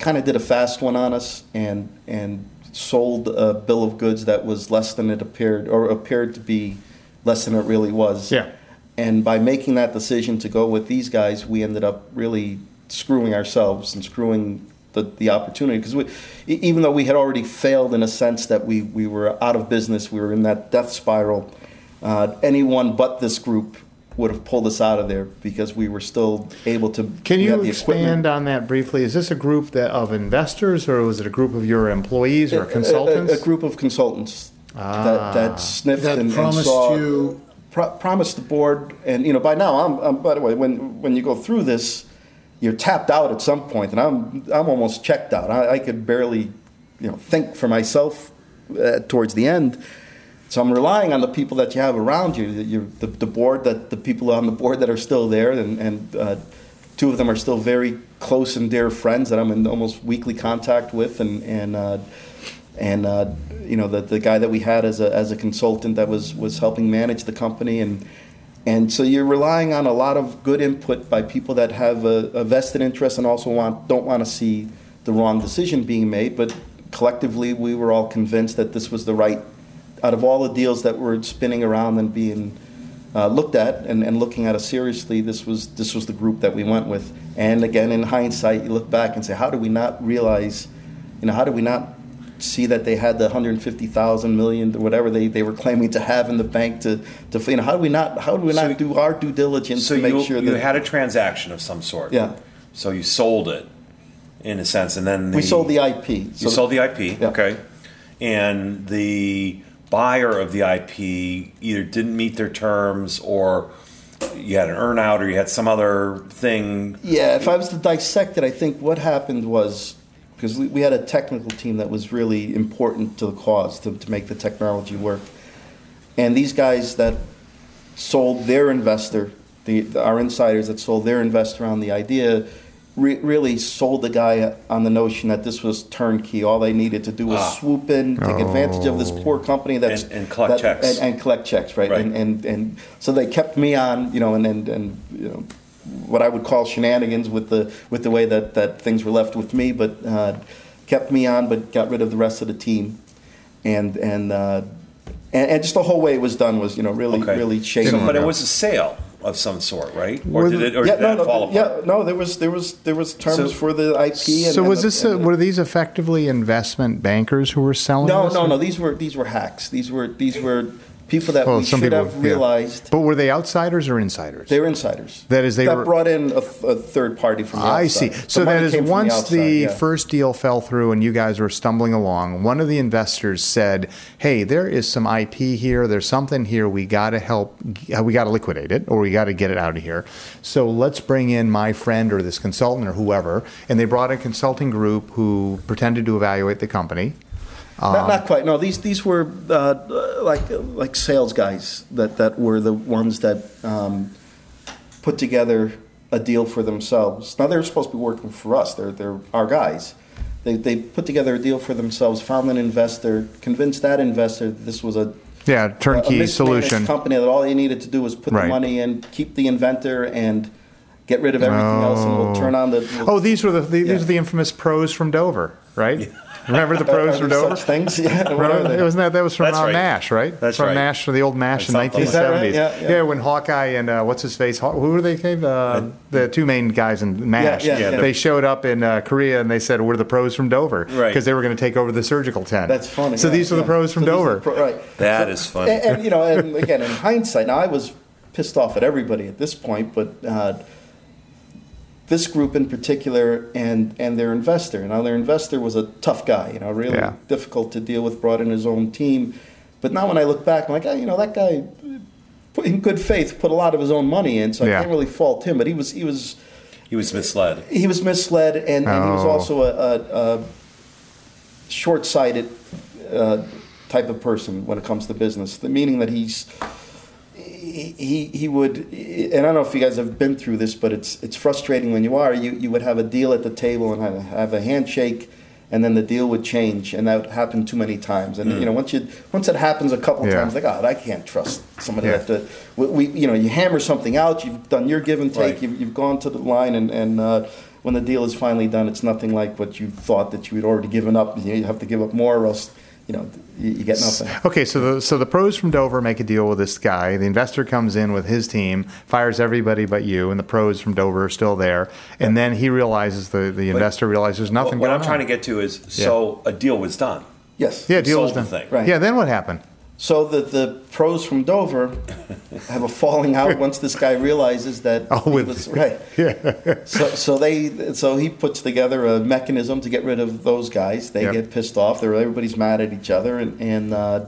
Speaker 4: kind of did a fast one on us and and sold a bill of goods that was less than it appeared or appeared to be less than it really was.
Speaker 2: Yeah.
Speaker 4: And by making that decision to go with these guys, we ended up really screwing ourselves and screwing the, the opportunity because even though we had already failed in a sense that we, we were out of business, we were in that death spiral. Uh, anyone but this group would have pulled us out of there because we were still able to.
Speaker 2: Can
Speaker 4: we
Speaker 2: you expand equipment. on that briefly? Is this a group that, of investors, or was it a group of your employees or
Speaker 4: a,
Speaker 2: consultants?
Speaker 4: A, a, a, group of consultants ah. that, that sniffed
Speaker 1: that
Speaker 4: and,
Speaker 1: promised
Speaker 4: and saw,
Speaker 1: you.
Speaker 4: Pro- promised the board, and you know by now. I'm, I'm, by the way, when when you go through this, you're tapped out at some point, and I'm I'm almost checked out. I, I could barely, you know, think for myself uh, towards the end. So I'm relying on the people that you have around you, You're the, the, board that the people on the board that are still there, and, and uh, two of them are still very close and dear friends that I'm in almost weekly contact with, and and uh, and uh, you know the, the guy that we had as a as a consultant that was was helping manage the company and. And so you're relying on a lot of good input by people that have a, a vested interest and also want don't want to see the wrong decision being made. But collectively, we were all convinced that this was the right out of all the deals that were spinning around and being uh, looked at and, and looking at us seriously, this was this was the group that we went with. And again, in hindsight, you look back and say, how did we not realize? You know, how did we not see that they had the 150,000 million or whatever they, they were claiming to have in the bank to, to you know how do we not how do we not
Speaker 3: So-
Speaker 4: do our due diligence
Speaker 3: So
Speaker 4: to make
Speaker 3: you,
Speaker 4: sure
Speaker 3: you
Speaker 4: that
Speaker 3: had a transaction of some sort.
Speaker 4: Yeah.
Speaker 3: So you sold it, in a sense, and then the,
Speaker 4: we sold the IP.
Speaker 3: You sold the IP.
Speaker 4: Yeah.
Speaker 3: Okay. And the buyer of the IP either didn't meet their terms or you had an earnout or you had some other thing.
Speaker 4: Yeah, if I was to dissect it, I think what happened was because we, we had a technical team that was really important to the cause to, to make the technology work. And these guys that sold their investor, the, our insiders that sold their investor on the idea, re- really sold the guy on the notion that this was turnkey. All they needed to do was
Speaker 3: Ah. Oh.
Speaker 4: swoop in, take advantage of this poor company that's
Speaker 3: And- and collect
Speaker 4: that-
Speaker 3: checks.
Speaker 4: and- and collect checks, right?
Speaker 3: Right.
Speaker 4: And, and and so they kept me on, you know, and and, and you know, what I would call shenanigans with the with the way that, that things were left with me, but uh, kept me on, but got rid of the rest of the team, and and uh, and, and just the whole way it was done was you know really
Speaker 3: Okay.
Speaker 4: really shaky.
Speaker 3: So- but it
Speaker 2: Yeah.
Speaker 3: was a sale of some sort, right? Or
Speaker 2: Were
Speaker 3: did
Speaker 2: the-
Speaker 3: it or
Speaker 4: yeah,
Speaker 3: did that
Speaker 4: no,
Speaker 3: fall
Speaker 4: no,
Speaker 3: apart?
Speaker 4: yeah, no. There was there was there was terms
Speaker 3: So-
Speaker 4: for the IP. And,
Speaker 2: So
Speaker 4: and
Speaker 2: was
Speaker 4: the-
Speaker 2: this?
Speaker 4: and
Speaker 2: uh
Speaker 4: the-
Speaker 2: were these effectively investment bankers who were selling?
Speaker 4: no,
Speaker 2: this?
Speaker 4: no, no. These were these were hacks. These were these were people that
Speaker 2: Well,
Speaker 4: we
Speaker 2: Oh, some
Speaker 4: should
Speaker 2: people
Speaker 4: have
Speaker 2: yeah.
Speaker 4: realized.
Speaker 2: But were they outsiders or insiders?
Speaker 4: They were insiders.
Speaker 2: That is, they
Speaker 4: that
Speaker 2: were-
Speaker 4: brought in a, th- a third party from the
Speaker 2: I see.
Speaker 4: outside. The
Speaker 2: So that
Speaker 4: money
Speaker 2: is
Speaker 4: came from
Speaker 2: once
Speaker 4: outside,
Speaker 2: the,
Speaker 4: yeah.
Speaker 2: first deal fell through and you guys were stumbling along, one of the investors said, "Hey, there is some IP here. There's something here. We got to help. uh, We got to liquidate it, or we got to get it out of here. So let's bring in my friend or this consultant or whoever." And they brought a consulting group who pretended to evaluate the company.
Speaker 4: not,
Speaker 2: uh,
Speaker 4: not quite. No, these these were uh, like like sales guys that that were the ones that um, put together a deal for themselves. Now they're supposed to be working for us. They're they're our guys. They they put together a deal for themselves, found an investor, convinced that investor that this was a
Speaker 2: Yeah,
Speaker 4: a
Speaker 2: turnkey
Speaker 4: mismanaged
Speaker 2: solution.
Speaker 4: company that all they needed to do was put
Speaker 2: Right.
Speaker 4: the money in, keep the inventor, and get rid of everything else, and we'll turn on the. we'll-
Speaker 2: Oh, these were the, the
Speaker 4: Yeah.
Speaker 2: these are the infamous pros from Dover, right? Remember the pros
Speaker 4: are
Speaker 2: from
Speaker 4: there
Speaker 2: Dover?
Speaker 4: such things? Yeah, what are
Speaker 2: Remember,
Speaker 4: they?
Speaker 2: that- wasn't that that was from
Speaker 3: That's
Speaker 2: uh,
Speaker 3: right.
Speaker 2: Mash, right?
Speaker 3: That's
Speaker 2: from
Speaker 3: right.
Speaker 2: Mash from the old Mash in
Speaker 3: That's something like that.
Speaker 2: 1970s.
Speaker 4: Is that right? Yeah, yeah.
Speaker 2: when Hawkeye and uh, what's his face, Haw- who were they? named? Uh, the two main guys in Mash.
Speaker 4: yeah, yeah.
Speaker 2: They showed up in uh, Korea and they said, "We're the pros from Dover,"
Speaker 3: Right.
Speaker 2: Because they were going to take over the surgical tent.
Speaker 4: That's funny.
Speaker 2: So
Speaker 4: yeah,
Speaker 2: these are the
Speaker 4: yeah.
Speaker 2: pros from
Speaker 4: So these
Speaker 2: Dover.
Speaker 4: are the pro- right.
Speaker 3: That is funny.
Speaker 4: And, and, you know, and again, in hindsight, now I was pissed off at everybody at this point, but uh, this group in particular, and and their investor. Now their investor was a tough guy, you know, really
Speaker 2: Yeah.
Speaker 4: difficult to deal with. Brought in his own team, but now when I look back, I'm like, oh, you know, that guy, put, in good faith, put a lot of his own money in, so
Speaker 2: Yeah.
Speaker 4: I can't really fault him. But he was he was
Speaker 3: He was misled.
Speaker 4: he was misled, and, and he was
Speaker 2: Oh.
Speaker 4: also a, a, a short-sighted uh, type of person when it comes to business. The meaning that he's he, he he would, and I don't know if you guys have been through this, but it's it's frustrating when you are. You you would have a deal at the table and have, have a handshake. And then the deal would change, and that happened too many times. And you know, once you once it happens a couple
Speaker 2: Mm. Yeah.
Speaker 4: times, like, oh, I can't trust somebody
Speaker 2: Yeah.
Speaker 4: that the we, we you know you hammer something out you've done your give and take
Speaker 3: Right.
Speaker 4: you've, you've gone to the line and, and uh, when the deal is finally done it's nothing like what you thought that you had already given up you have to give up more or else you know you, you get nothing
Speaker 2: Okay, so the, so the pros from Dover make a deal with this guy. The investor comes in with his team, fires everybody but you, and the pros from Dover are still there. And then he realizes the, the investor realizes there's nothing.
Speaker 3: What
Speaker 2: going
Speaker 3: I'm
Speaker 2: on.
Speaker 3: trying to get to is so a deal was done.
Speaker 4: yes
Speaker 2: yeah, deal was
Speaker 3: sold
Speaker 2: done.
Speaker 3: the thing.
Speaker 4: Right.
Speaker 2: Yeah, then what happened?
Speaker 4: so the, the pros from dover have a falling out once this guy realizes that
Speaker 2: Oh,
Speaker 4: he
Speaker 2: with-
Speaker 4: was- right so, so they so he puts together a mechanism to get rid of those guys. They
Speaker 2: Yep.
Speaker 4: get pissed off. They're everybody's mad at each other, and and uh,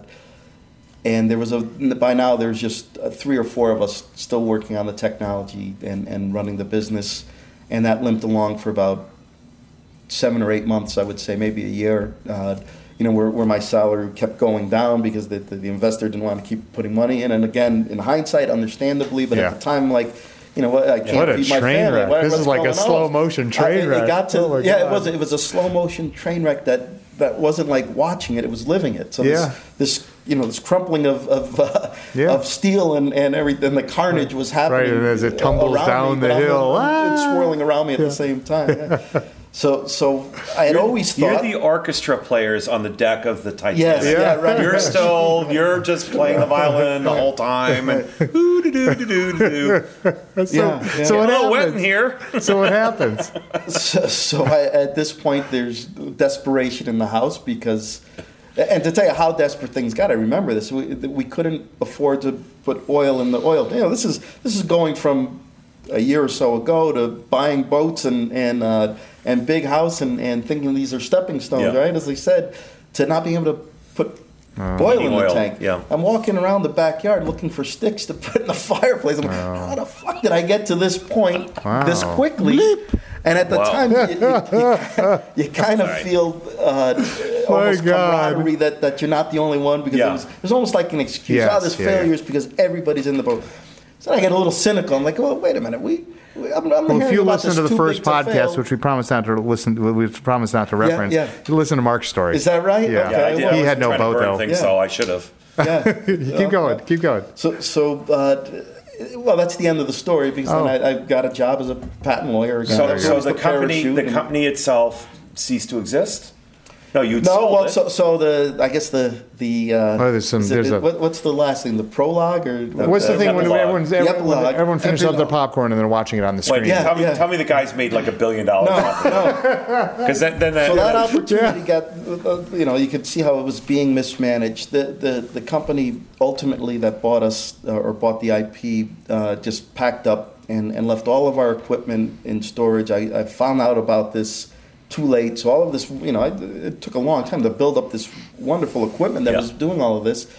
Speaker 4: and there was a by now there's just uh, three or four of us still working on the technology and and running the business, and that limped along for about seven or eight months, I would say, maybe a year. Uh, you know, where, where my salary kept going down because the, the, the investor didn't want to keep putting money in. And again, in hindsight, understandably, but
Speaker 2: Yeah.
Speaker 4: at the time, like, you know, what I can't
Speaker 2: What a
Speaker 4: feed my
Speaker 2: train
Speaker 4: family.
Speaker 2: wreck.
Speaker 4: What-
Speaker 2: This
Speaker 4: what's
Speaker 2: is like a
Speaker 4: going on?
Speaker 2: slow-motion train
Speaker 4: I- it
Speaker 2: wreck.
Speaker 4: got to-
Speaker 2: Oh my
Speaker 4: yeah,
Speaker 2: God.
Speaker 4: it was. It was a slow motion train wreck that that wasn't like watching it. It was living it. So
Speaker 2: Yeah.
Speaker 4: this, this you know this crumpling of of, uh,
Speaker 2: Yeah.
Speaker 4: of steel and and everything. The carnage was happening
Speaker 2: and as it tumbles
Speaker 4: around me,
Speaker 2: down the
Speaker 4: but I'm-
Speaker 2: hill,
Speaker 4: I'm- it's
Speaker 2: ah!
Speaker 4: swirling around me at the same time. yeah. So, so I had always
Speaker 3: You're
Speaker 4: thought.
Speaker 3: the orchestra players on the deck of the Titanic.
Speaker 4: Yes, yeah,
Speaker 2: Yeah.
Speaker 4: right.
Speaker 3: You're
Speaker 4: right.
Speaker 3: still, you're just playing the violin the whole time. And ooh, doo, doo, doo, doo, doo, doo.
Speaker 2: So,
Speaker 4: Yeah, yeah.
Speaker 2: so
Speaker 3: A
Speaker 2: what
Speaker 3: little wet in
Speaker 2: happens?
Speaker 3: here.
Speaker 2: so what happens?
Speaker 4: So, so I, at this point, there's desperation in the house because, and to tell you how desperate things got, I remember this. We, we couldn't afford to put oil in the oil. You know, this is this is going from a year or so ago to buying boats and and uh, and big house and, and thinking these are stepping stones,
Speaker 3: Yeah. Uh,
Speaker 4: right? As I said, to not being able to put. Oil in the
Speaker 3: Oil,
Speaker 4: tank.
Speaker 3: yeah.
Speaker 4: I'm walking around the backyard looking for sticks to put in the fireplace. I'm like, how the fuck did I get to this point this
Speaker 2: Wow.
Speaker 4: quickly? And at the
Speaker 3: Wow.
Speaker 4: time, you, you, you, you kind of
Speaker 3: Sorry.
Speaker 4: feel uh, almost
Speaker 2: God.
Speaker 4: camaraderie that, that you're not the only one because
Speaker 3: Yeah.
Speaker 4: it, was, it was almost like an excuse.
Speaker 2: Yes,
Speaker 4: oh, there's
Speaker 2: yeah, yeah.
Speaker 4: failures because everybody's in the boat. So I get a little cynical. I'm like, well, wait a minute. We, we I'm, I'm
Speaker 2: Well,
Speaker 4: hearing
Speaker 2: if you
Speaker 4: about
Speaker 2: listen
Speaker 4: this
Speaker 2: to the
Speaker 4: too
Speaker 2: first
Speaker 4: big to
Speaker 2: podcast,
Speaker 4: fail.
Speaker 2: which we promised not to listen, we promised not to reference,
Speaker 4: yeah.
Speaker 2: you listen to Mark's story.
Speaker 4: Is that right?
Speaker 2: Yeah.
Speaker 4: Okay,
Speaker 3: Yeah, I did. I
Speaker 2: He
Speaker 3: was
Speaker 2: had no
Speaker 3: trying to
Speaker 2: boat,
Speaker 3: burn
Speaker 2: though.
Speaker 3: Things,
Speaker 4: Yeah.
Speaker 3: So I should have.
Speaker 4: yeah.
Speaker 2: keep going. Keep going.
Speaker 4: So, so uh, well, that's the end of the story because
Speaker 2: Oh.
Speaker 4: then I, I got a job as a patent lawyer. Again.
Speaker 3: So, so the company,
Speaker 4: Parachute
Speaker 3: the
Speaker 4: and-
Speaker 3: company itself ceased to exist. No, you
Speaker 4: No,
Speaker 3: sold
Speaker 4: well,
Speaker 3: it.
Speaker 4: so, so the I guess the the uh,
Speaker 2: Oh, there's some-
Speaker 4: is it-
Speaker 2: there's a-
Speaker 4: what, what's the last thing? The prologue or
Speaker 2: What's the
Speaker 4: uh,
Speaker 2: thing when
Speaker 3: epilogue.
Speaker 2: everyone's,
Speaker 4: The
Speaker 2: everyone, when
Speaker 4: epilogue.
Speaker 2: everyone finishes up their popcorn and they're watching it on the
Speaker 3: Wait,
Speaker 2: screen?
Speaker 4: yeah.
Speaker 3: tell, me, tell me the guy's made like a billion dollars.
Speaker 4: No, no.
Speaker 3: Because that, then that,
Speaker 4: So that opportunity got, uh, you know, you could see how it was being mismanaged. The the, the company ultimately that bought us uh, or bought the IP uh, just packed up and, and left all of our equipment in storage. I, I found out about this too late. So all of this, you know, I, it took a long time to build up this wonderful equipment that
Speaker 3: Yeah.
Speaker 4: was doing all of this.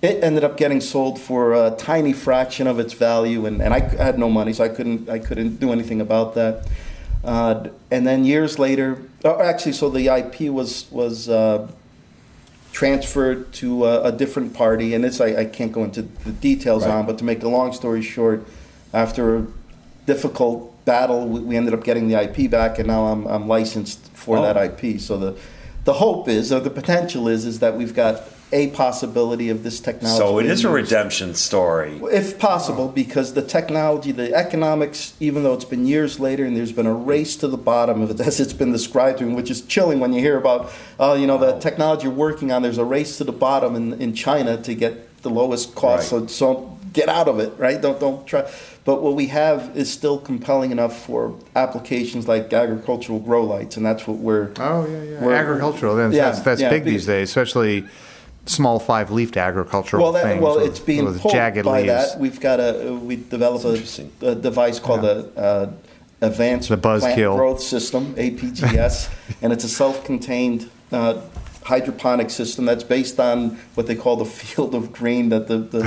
Speaker 4: It ended up getting sold for a tiny fraction of its value, and, and I had no money, so I couldn't I couldn't do anything about that. Uh, and then years later, or actually, so the IP was was uh, transferred to a, a different party, and this I, I can't go into the details on. But to make a long story short, after a
Speaker 3: Oh.
Speaker 4: difficult battle, we, we ended up getting the IP back, and now I'm, I'm licensed for that IP. So the the hope is, or the potential is, is that we've got a possibility of this technology.
Speaker 3: So it
Speaker 4: being
Speaker 3: is a
Speaker 4: used.
Speaker 3: redemption story.
Speaker 4: If possible, because the technology, the economics, even though it's been years later and there's been a race to the bottom of it as it's been described to me, which is chilling when you hear about, oh, you know, the technology you're working on, there's a race to the bottom in, in China to get the lowest cost.
Speaker 3: Right.
Speaker 4: So, so get out of it, right? Don't, don't try. But what we have is still compelling enough for applications like agricultural grow lights, and that's what we're.
Speaker 2: Oh yeah, yeah.
Speaker 4: we're-
Speaker 2: agricultural. Then
Speaker 4: Yeah,
Speaker 2: that's that's
Speaker 4: yeah,
Speaker 2: big these
Speaker 4: because-
Speaker 2: days, especially small five-leafed agricultural
Speaker 4: well, that,
Speaker 2: things.
Speaker 4: well,
Speaker 2: with-
Speaker 4: it's being
Speaker 2: with
Speaker 4: pulled
Speaker 2: jagged
Speaker 4: by
Speaker 2: leaves.
Speaker 4: that. We've got a we developed a, a device called the uh, Advanced
Speaker 2: The buzz
Speaker 4: Plant
Speaker 2: kill.
Speaker 4: Growth System (APGS), and it's a self-contained uh, hydroponic system that's based on what they call the field of green that the, the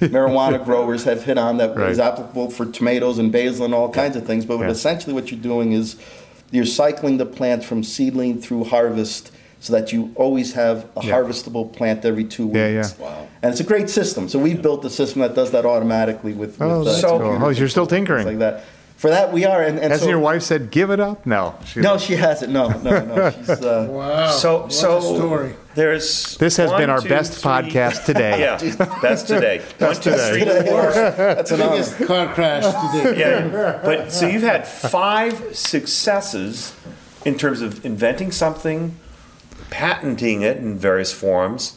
Speaker 4: marijuana growers have hit on that
Speaker 2: Right.
Speaker 4: is applicable for tomatoes and basil and all kinds of things. But
Speaker 2: Yeah.
Speaker 4: essentially, what you're doing is you're cycling the plants from seedling through harvest. So that you always have a
Speaker 2: Yeah.
Speaker 4: harvestable plant every two weeks.
Speaker 2: Yeah, yeah.
Speaker 3: Wow.
Speaker 4: And it's a great system. So we built a system that does that automatically with,
Speaker 2: Oh,
Speaker 4: with uh,
Speaker 2: that's
Speaker 3: So-
Speaker 2: cool. Oh, you're still tinkering.
Speaker 4: things like that. For that, we are. And, and
Speaker 2: Hasn't
Speaker 4: so,
Speaker 2: your wife said give it up? No. She-
Speaker 4: No, she hasn't. No, no, no. She's, uh,
Speaker 1: Wow.
Speaker 3: So
Speaker 1: what
Speaker 3: so
Speaker 1: a story.
Speaker 3: There's
Speaker 2: This has
Speaker 3: one,
Speaker 2: been our
Speaker 3: two,
Speaker 2: best
Speaker 3: three-
Speaker 2: podcast today.
Speaker 3: Yeah, best today. One, two,
Speaker 2: today.
Speaker 3: three,
Speaker 4: that's an honor.
Speaker 1: Biggest car crash today.
Speaker 3: yeah. But so you've had five successes in terms of inventing something, patenting it in various forms,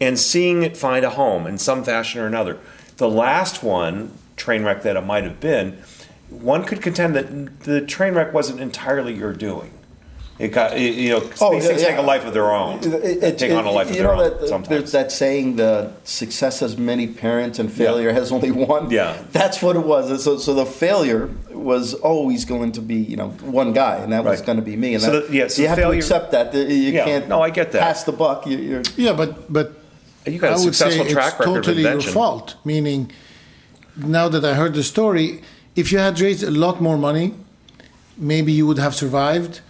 Speaker 3: and seeing it find a home in some fashion or another. The last one, train wreck that it might have been, one could contend that the train wreck wasn't entirely your doing. It got you- you know
Speaker 4: Oh,
Speaker 3: things
Speaker 4: yeah, yeah.
Speaker 3: take a life of their own. They take on a life of
Speaker 4: you
Speaker 3: their
Speaker 4: know
Speaker 3: own.
Speaker 4: that,
Speaker 3: sometimes.
Speaker 4: There's that saying, the success has many parents and failure has only one.
Speaker 3: Yeah.
Speaker 4: That's what it was. And So, so the failure was always going to be, you know, one guy, and that was
Speaker 3: Right.
Speaker 4: going to be me. And
Speaker 3: So
Speaker 4: that,
Speaker 3: the- yeah, so
Speaker 4: you have
Speaker 3: failure-
Speaker 4: to accept that. You you
Speaker 3: Yeah.
Speaker 4: can't
Speaker 3: No, I get that.
Speaker 4: pass the buck. You, you're,
Speaker 1: Yeah, but but
Speaker 3: You got a
Speaker 1: I would
Speaker 3: successful
Speaker 1: say
Speaker 3: track
Speaker 1: it's
Speaker 3: record of
Speaker 1: totally
Speaker 3: invention.
Speaker 1: your fault. Meaning, now that I heard the story, if you had raised a lot more money, maybe you would have survived.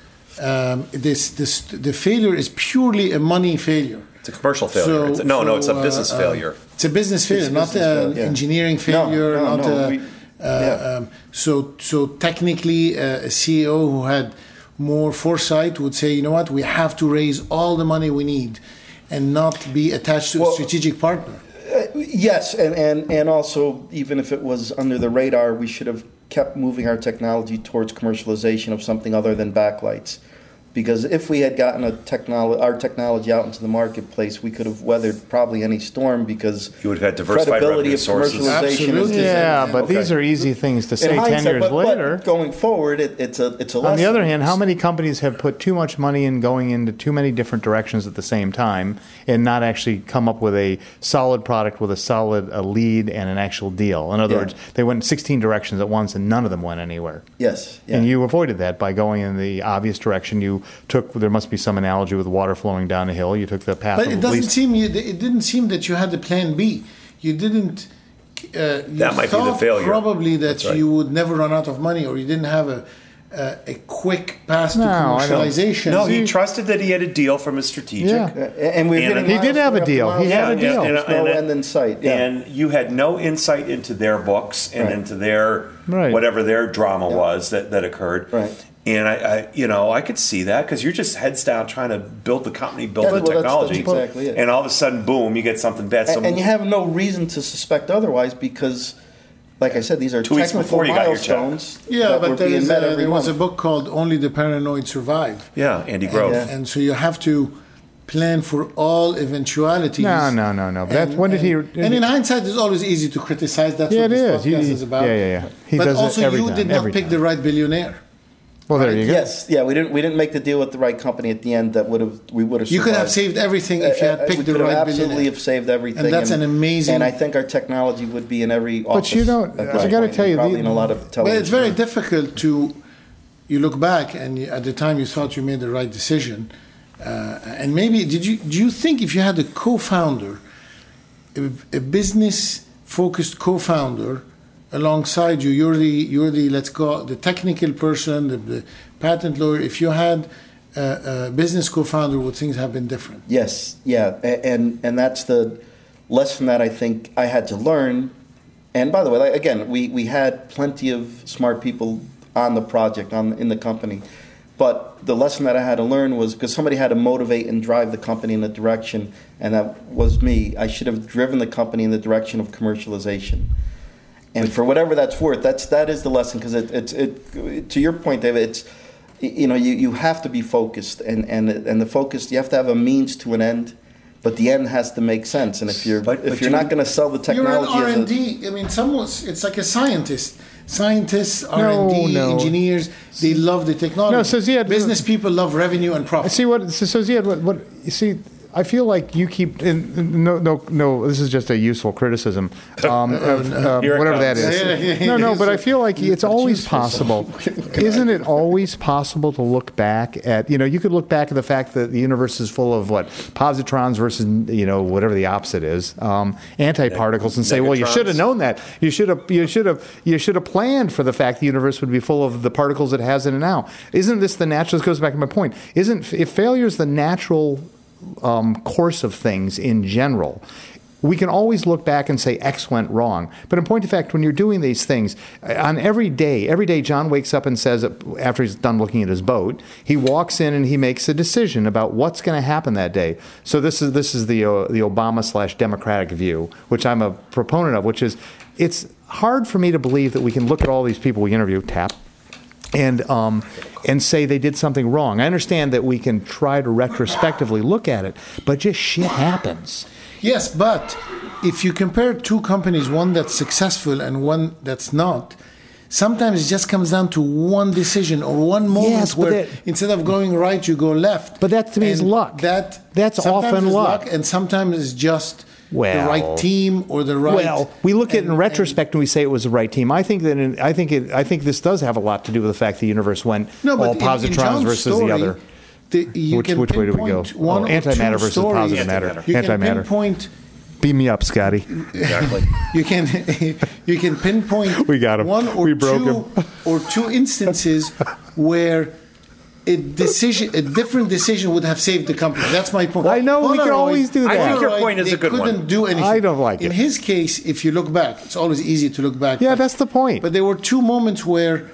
Speaker 1: Um, this this the failure is purely a money failure.
Speaker 3: It's a commercial failure.
Speaker 1: So-
Speaker 3: It's a- no, no,
Speaker 1: so,
Speaker 3: it's a business
Speaker 1: uh, uh,
Speaker 3: failure.
Speaker 1: It's a business failure, not
Speaker 4: business
Speaker 1: an
Speaker 4: failure, yeah.
Speaker 1: engineering
Speaker 4: No, no,
Speaker 1: failure. not
Speaker 4: no,
Speaker 1: a,
Speaker 4: we-
Speaker 1: uh,
Speaker 4: yeah.
Speaker 1: um, so so technically, uh, a CEO who had more foresight would say, you know what, we have to raise all the money we need, and not be attached to a
Speaker 4: Well-
Speaker 1: strategic partner.
Speaker 4: Uh, Yes, and, and, and also, even if it was under the radar, we should have kept moving our technology towards commercialization of something other than backlights. Because if we had gotten a technolo- our technology out into the marketplace, we could have weathered probably any storm because
Speaker 3: You would have had diversified
Speaker 4: credibility
Speaker 3: revenue
Speaker 4: of
Speaker 3: sources.
Speaker 4: commercialization is,
Speaker 1: Absolutely.
Speaker 4: is-
Speaker 2: Yeah, but
Speaker 4: okay.
Speaker 2: these are easy things to say
Speaker 4: In
Speaker 2: 10
Speaker 4: hindsight,
Speaker 2: years
Speaker 4: but- but
Speaker 2: later.
Speaker 4: going forward, it, it's a it's a lesson.
Speaker 2: On the other hand, how many companies have put too much money in going into too many different directions at the same time and not actually come up with a solid product with a solid a lead and an actual deal? In other
Speaker 4: Yeah.
Speaker 2: words, they went 16 directions at once and none of them went anywhere.
Speaker 4: Yes, yeah.
Speaker 2: And you avoided that by going in the obvious direction. You took there must be some analogy with water flowing down a hill. You took the path
Speaker 1: But
Speaker 2: of
Speaker 1: it
Speaker 2: least
Speaker 1: doesn't seem you. It didn't seem that you had a plan B. You didn't. Uh, you
Speaker 3: That might be the
Speaker 1: thought
Speaker 3: failure.
Speaker 1: Probably that
Speaker 3: That's right.
Speaker 1: you would never run out of money, or you didn't have a a, a quick path
Speaker 2: No,
Speaker 1: to
Speaker 2: I don't-
Speaker 1: commercialization.
Speaker 3: No, he trusted that he had a deal from a strategic.
Speaker 2: Yeah.
Speaker 4: A- and we're
Speaker 3: And
Speaker 4: hitting
Speaker 3: he
Speaker 2: did have a
Speaker 4: milestone after
Speaker 2: deal. He had a
Speaker 4: milestone.
Speaker 2: deal.
Speaker 4: There's no end in sight. Yeah.
Speaker 3: uh, And you had no insight into their books and
Speaker 4: Right.
Speaker 3: into their
Speaker 2: Right.
Speaker 3: whatever their drama was that, that occurred.
Speaker 4: Right.
Speaker 3: And I, I, you know, I could see that because you're just heads down trying to build the company, build
Speaker 4: Yeah,
Speaker 3: the
Speaker 4: well, that's- that's
Speaker 3: technology,
Speaker 4: exactly it.
Speaker 3: and all of a sudden, boom, you get something bad.
Speaker 4: A-
Speaker 3: So
Speaker 4: and, you have no reason to suspect otherwise because, like I said, these are
Speaker 3: Two weeks
Speaker 4: technical
Speaker 3: before you got your check.
Speaker 4: milestones
Speaker 1: Yeah,
Speaker 4: that were
Speaker 1: but there,
Speaker 4: being
Speaker 1: is
Speaker 4: met
Speaker 1: a,
Speaker 4: every
Speaker 1: there was a
Speaker 4: month.
Speaker 1: book called "Only the Paranoid Survive,"
Speaker 3: yeah, Andy
Speaker 1: and,
Speaker 3: Grove.
Speaker 1: and so you have to plan for all eventualities.
Speaker 2: No, no, no, no. But that's- when did he-
Speaker 1: and, And in hindsight, it's always easy to criticize. That's
Speaker 2: Yeah,
Speaker 1: what
Speaker 2: it
Speaker 1: this
Speaker 2: is. You-
Speaker 1: podcast
Speaker 2: you-
Speaker 1: is about.
Speaker 2: yeah, yeah, yeah. He
Speaker 1: but
Speaker 2: does it
Speaker 1: also,
Speaker 2: every
Speaker 1: you
Speaker 2: time,
Speaker 1: did not
Speaker 2: every
Speaker 1: pick
Speaker 2: time.
Speaker 1: the right billionaire.
Speaker 2: well, there you go.
Speaker 4: Yes, yeah, we didn't we didn't make the deal with the right company at the end that would have we would have.
Speaker 1: You could have
Speaker 4: survived.
Speaker 1: saved everything if you
Speaker 4: Uh,
Speaker 1: had
Speaker 4: uh,
Speaker 1: picked
Speaker 4: we
Speaker 1: the
Speaker 4: could
Speaker 1: right
Speaker 4: have absolutely
Speaker 1: billionaire.
Speaker 4: have saved everything,
Speaker 1: And that's an amazing-
Speaker 4: And I think our technology would be in every office.
Speaker 2: you don't-
Speaker 4: at
Speaker 2: I
Speaker 4: this
Speaker 2: gotta
Speaker 4: point,
Speaker 2: tell you,
Speaker 4: probably
Speaker 2: the-
Speaker 4: in a lot of television.
Speaker 1: But it's very difficult to. You look back, and you, at the time you thought you made the right decision, uh, and maybe did you? Do you think if you had a co-founder, a, a business-focused co-founder alongside you, you're the you're the let's call the technical person, the, the patent lawyer. If you had a, a business co-founder, would things have been different?
Speaker 4: Yes, yeah, a- and and that's the lesson that I think I had to learn. And by the way, like, again, we we had plenty of smart people on the project on in the company, But the lesson that I had to learn was because somebody had to motivate and drive the company in a direction, and that was me. I should have driven the company in the direction of commercialization. And for whatever that's worth, that's that is the lesson because it, it's it to your point, David. It's you know you, you have to be focused and and and the focus you have to have a means to an end, but the end has to make sense. And if you're
Speaker 3: But-
Speaker 4: if
Speaker 3: but
Speaker 4: you're
Speaker 3: you-
Speaker 4: not going to sell the
Speaker 1: You're an
Speaker 4: technology,
Speaker 1: R
Speaker 4: as a-
Speaker 1: and D. I mean, someone's. It's like a scientist. Scientists, R and D,
Speaker 2: no.
Speaker 1: engineers. They love the technology.
Speaker 2: No, so Ziad-
Speaker 1: business people love revenue and profit.
Speaker 2: See what so, so Ziad, what, what you see? I feel like you keep and- and no no no. This is just a useful criticism, um, of, uh,
Speaker 3: Here it
Speaker 2: whatever that
Speaker 3: comes.
Speaker 1: Yeah,
Speaker 2: is.
Speaker 1: yeah,
Speaker 2: No no, but I feel like
Speaker 1: yeah.
Speaker 2: it's always
Speaker 1: Useful.
Speaker 2: possible. Isn't it always possible to look back at you know you could look back at the fact that the universe is full of what positrons versus you know whatever the opposite is um, antiparticles and say well you
Speaker 3: Negatrons.
Speaker 2: should have known that you should have you should have you should have planned for the fact the universe would be full of the particles it has in it now. Isn't this the natural? This goes back to my point. Isn't if failure is the natural um, course of things in general. We can always look back and say X went wrong. But in point of fact, when you're doing these things, uh, on every day, every day John wakes up and says, uh, after he's done looking at his boat, he walks in and he makes a decision about what's going to happen that day. So this is this is the uh, the Obama slash Democratic view, which I'm a proponent of, which is it's hard for me to believe that we can look at all these people we interview, tap, and um, and say they did something wrong. I understand that we can try to retrospectively look at it, but just shit happens.
Speaker 1: Yes, but if you compare two companies, one that's successful and one that's not, sometimes it just comes down to one decision or one moment
Speaker 2: Yes, but
Speaker 1: where
Speaker 2: that-
Speaker 1: instead of going right, you go left.
Speaker 2: But that to me is
Speaker 1: And
Speaker 2: luck.
Speaker 1: That
Speaker 2: That's
Speaker 1: sometimes
Speaker 2: often
Speaker 1: is
Speaker 2: luck.
Speaker 1: and sometimes it's just
Speaker 2: Well-
Speaker 1: the right team or the right.
Speaker 2: Well, we look at it in
Speaker 1: and-
Speaker 2: retrospect and we say it was the right team. I think that in, I think it, I think this does have a lot to do with the fact the universe went
Speaker 1: No, but
Speaker 2: all
Speaker 1: in- in
Speaker 2: positrons
Speaker 1: John's
Speaker 2: versus
Speaker 1: story,
Speaker 2: the other.
Speaker 1: the- you
Speaker 2: Which-
Speaker 1: can
Speaker 2: which way do we go?
Speaker 1: pinpoint One
Speaker 2: Oh,
Speaker 1: or
Speaker 2: antimatter
Speaker 1: two
Speaker 2: versus
Speaker 1: stories.
Speaker 2: positive matter.
Speaker 1: You
Speaker 2: Antimatter.
Speaker 1: Can pinpoint,
Speaker 2: Beam me up, Scotty.
Speaker 3: Exactly.
Speaker 1: you can you can pinpoint
Speaker 2: We got him.
Speaker 1: one or
Speaker 2: We broke
Speaker 1: two or two instances where a decision a different decision would have saved the company. That's my point.
Speaker 2: I know, we can
Speaker 1: Polaroid-
Speaker 2: always do I that.
Speaker 3: think your
Speaker 1: Polaroid,
Speaker 3: point is
Speaker 1: they
Speaker 3: a good one.
Speaker 1: couldn't do anything.
Speaker 2: I don't like
Speaker 1: In
Speaker 2: it.
Speaker 1: his case, if you look back, it's always easy to look back.
Speaker 2: Yeah,
Speaker 1: but-
Speaker 2: that's the point.
Speaker 1: But there were two moments where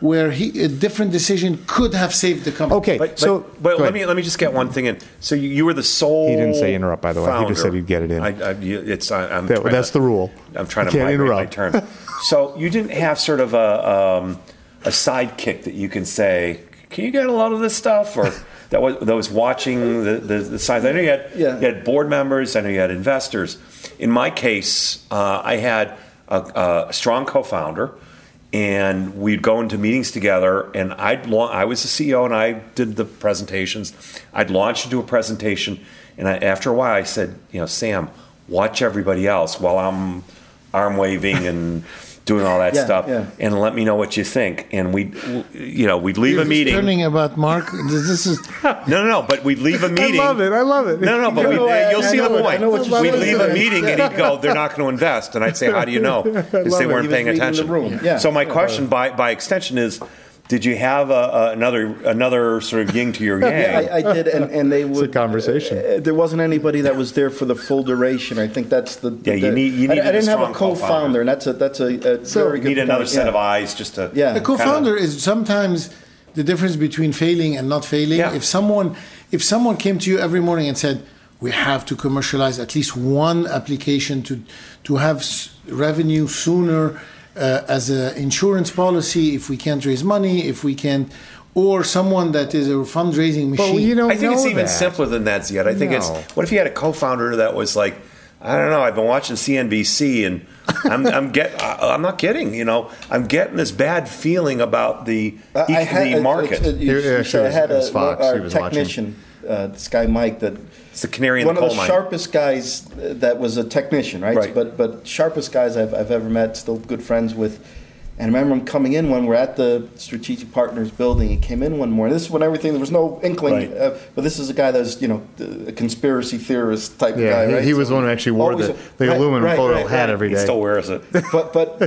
Speaker 1: where he, a different decision could have saved the company.
Speaker 2: Okay,
Speaker 3: But,
Speaker 2: so
Speaker 3: but, but
Speaker 2: go
Speaker 3: let
Speaker 2: ahead.
Speaker 3: me let me just get one thing in. So you, you were the sole.
Speaker 2: He didn't say interrupt, by the way. He just
Speaker 3: founder.
Speaker 2: said he'd get it in.
Speaker 3: I, I, you- it's I, am
Speaker 2: That- that's the rule.
Speaker 3: I'm trying to
Speaker 2: You can't
Speaker 3: migrate my
Speaker 2: interrupt.
Speaker 3: term. so you didn't have sort of a um, a sidekick that you can say, "Can you get a lot of this stuff?" Or that was that was watching the the, the signs. I know you had
Speaker 4: Yeah.
Speaker 3: you had board members. I know you had investors. In my case, uh, I had a, a strong co-founder, and we'd go into meetings together. And I'd la- I was the CEO, and I did the presentations. I'd launch into a presentation, and I, after a while, I said, "You know, Sam, watch everybody else while I'm arm waving and." Doing all that
Speaker 4: Yeah,
Speaker 3: stuff,
Speaker 4: yeah.
Speaker 3: and let me know what you think. And we, you know, we'd leave
Speaker 1: This
Speaker 3: a
Speaker 1: is
Speaker 3: meeting.
Speaker 1: Turning about Mark. This is
Speaker 3: No, no, no. But we'd leave a meeting.
Speaker 2: love it, I love it.
Speaker 3: No, no, no. But
Speaker 4: No,
Speaker 3: we,
Speaker 4: no, I-
Speaker 3: you'll
Speaker 4: I
Speaker 3: see
Speaker 4: know
Speaker 3: the
Speaker 4: what- I
Speaker 3: point.
Speaker 4: know what you're
Speaker 3: We'd
Speaker 4: saying.
Speaker 3: leave a meeting, and he'd go, "They're not going to invest." And I'd say, "How do you know?" Because
Speaker 2: love
Speaker 3: they
Speaker 2: it.
Speaker 3: weren't paying
Speaker 4: He was reading the
Speaker 3: attention.
Speaker 4: room. Yeah.
Speaker 3: So my
Speaker 4: Yeah.
Speaker 3: question, by by extension, is: Did you have a, a, another another sort of yin to your yang?
Speaker 4: Yeah, I, I did, and, and they would.
Speaker 2: conversation.
Speaker 4: uh, there wasn't anybody that was there for the full duration. I think that's the.
Speaker 3: Yeah, you need- you
Speaker 4: I-
Speaker 3: needed
Speaker 4: I,
Speaker 3: a
Speaker 4: didn't have a
Speaker 3: strong co-founder.
Speaker 4: co-founder, and that's a that's a, a very
Speaker 3: you
Speaker 4: good
Speaker 3: need another
Speaker 4: point,
Speaker 3: set
Speaker 4: yeah.
Speaker 3: of eyes just to
Speaker 4: Yeah.
Speaker 1: The co-founder is sometimes the difference between failing and not failing.
Speaker 3: Yeah.
Speaker 1: If someone if someone came to you every morning and said, "We have to commercialize at least one application to to have s- revenue sooner uh, as an insurance policy if we can't raise money, if we can't." Or someone that is a fundraising machine.
Speaker 2: Well, you don't
Speaker 3: I think it's
Speaker 2: know
Speaker 3: even
Speaker 2: that.
Speaker 3: simpler than that, Ziad. I think
Speaker 2: No.
Speaker 3: it's what if you had a co-founder that was like, I don't know, I've been watching CNBC and I'm, I'm get, I, I'm not kidding. You know, I'm getting this bad feeling about the
Speaker 4: I- I had-
Speaker 2: uh,
Speaker 4: uh,
Speaker 3: the market.
Speaker 4: it's- it-
Speaker 2: Yeah,
Speaker 4: you
Speaker 2: yeah,
Speaker 4: should
Speaker 2: sure,
Speaker 4: say I had
Speaker 2: it was
Speaker 4: a,
Speaker 2: Fox,
Speaker 4: our
Speaker 2: he was watching.
Speaker 4: technician, uh, this guy Mike, that
Speaker 3: It's the canary in
Speaker 4: one
Speaker 3: the
Speaker 4: of
Speaker 3: coal
Speaker 4: the
Speaker 3: mine.
Speaker 4: sharpest guys uh, that was a technician, right?
Speaker 3: Right.
Speaker 4: But but sharpest guys I've, I've ever met, still good friends with. And I remember him coming in when we're at the strategic partners building. He came in one morning. This is when everything there was no inkling.
Speaker 3: Right.
Speaker 4: Uh, but this is a guy that's you know a conspiracy theorist type
Speaker 2: Yeah,
Speaker 4: guy,
Speaker 2: he-
Speaker 4: right?
Speaker 2: he was the one who actually wore
Speaker 4: always
Speaker 2: the-
Speaker 4: a-
Speaker 2: the aluminum foil hat every
Speaker 3: He
Speaker 2: day.
Speaker 3: still wears it.
Speaker 4: but but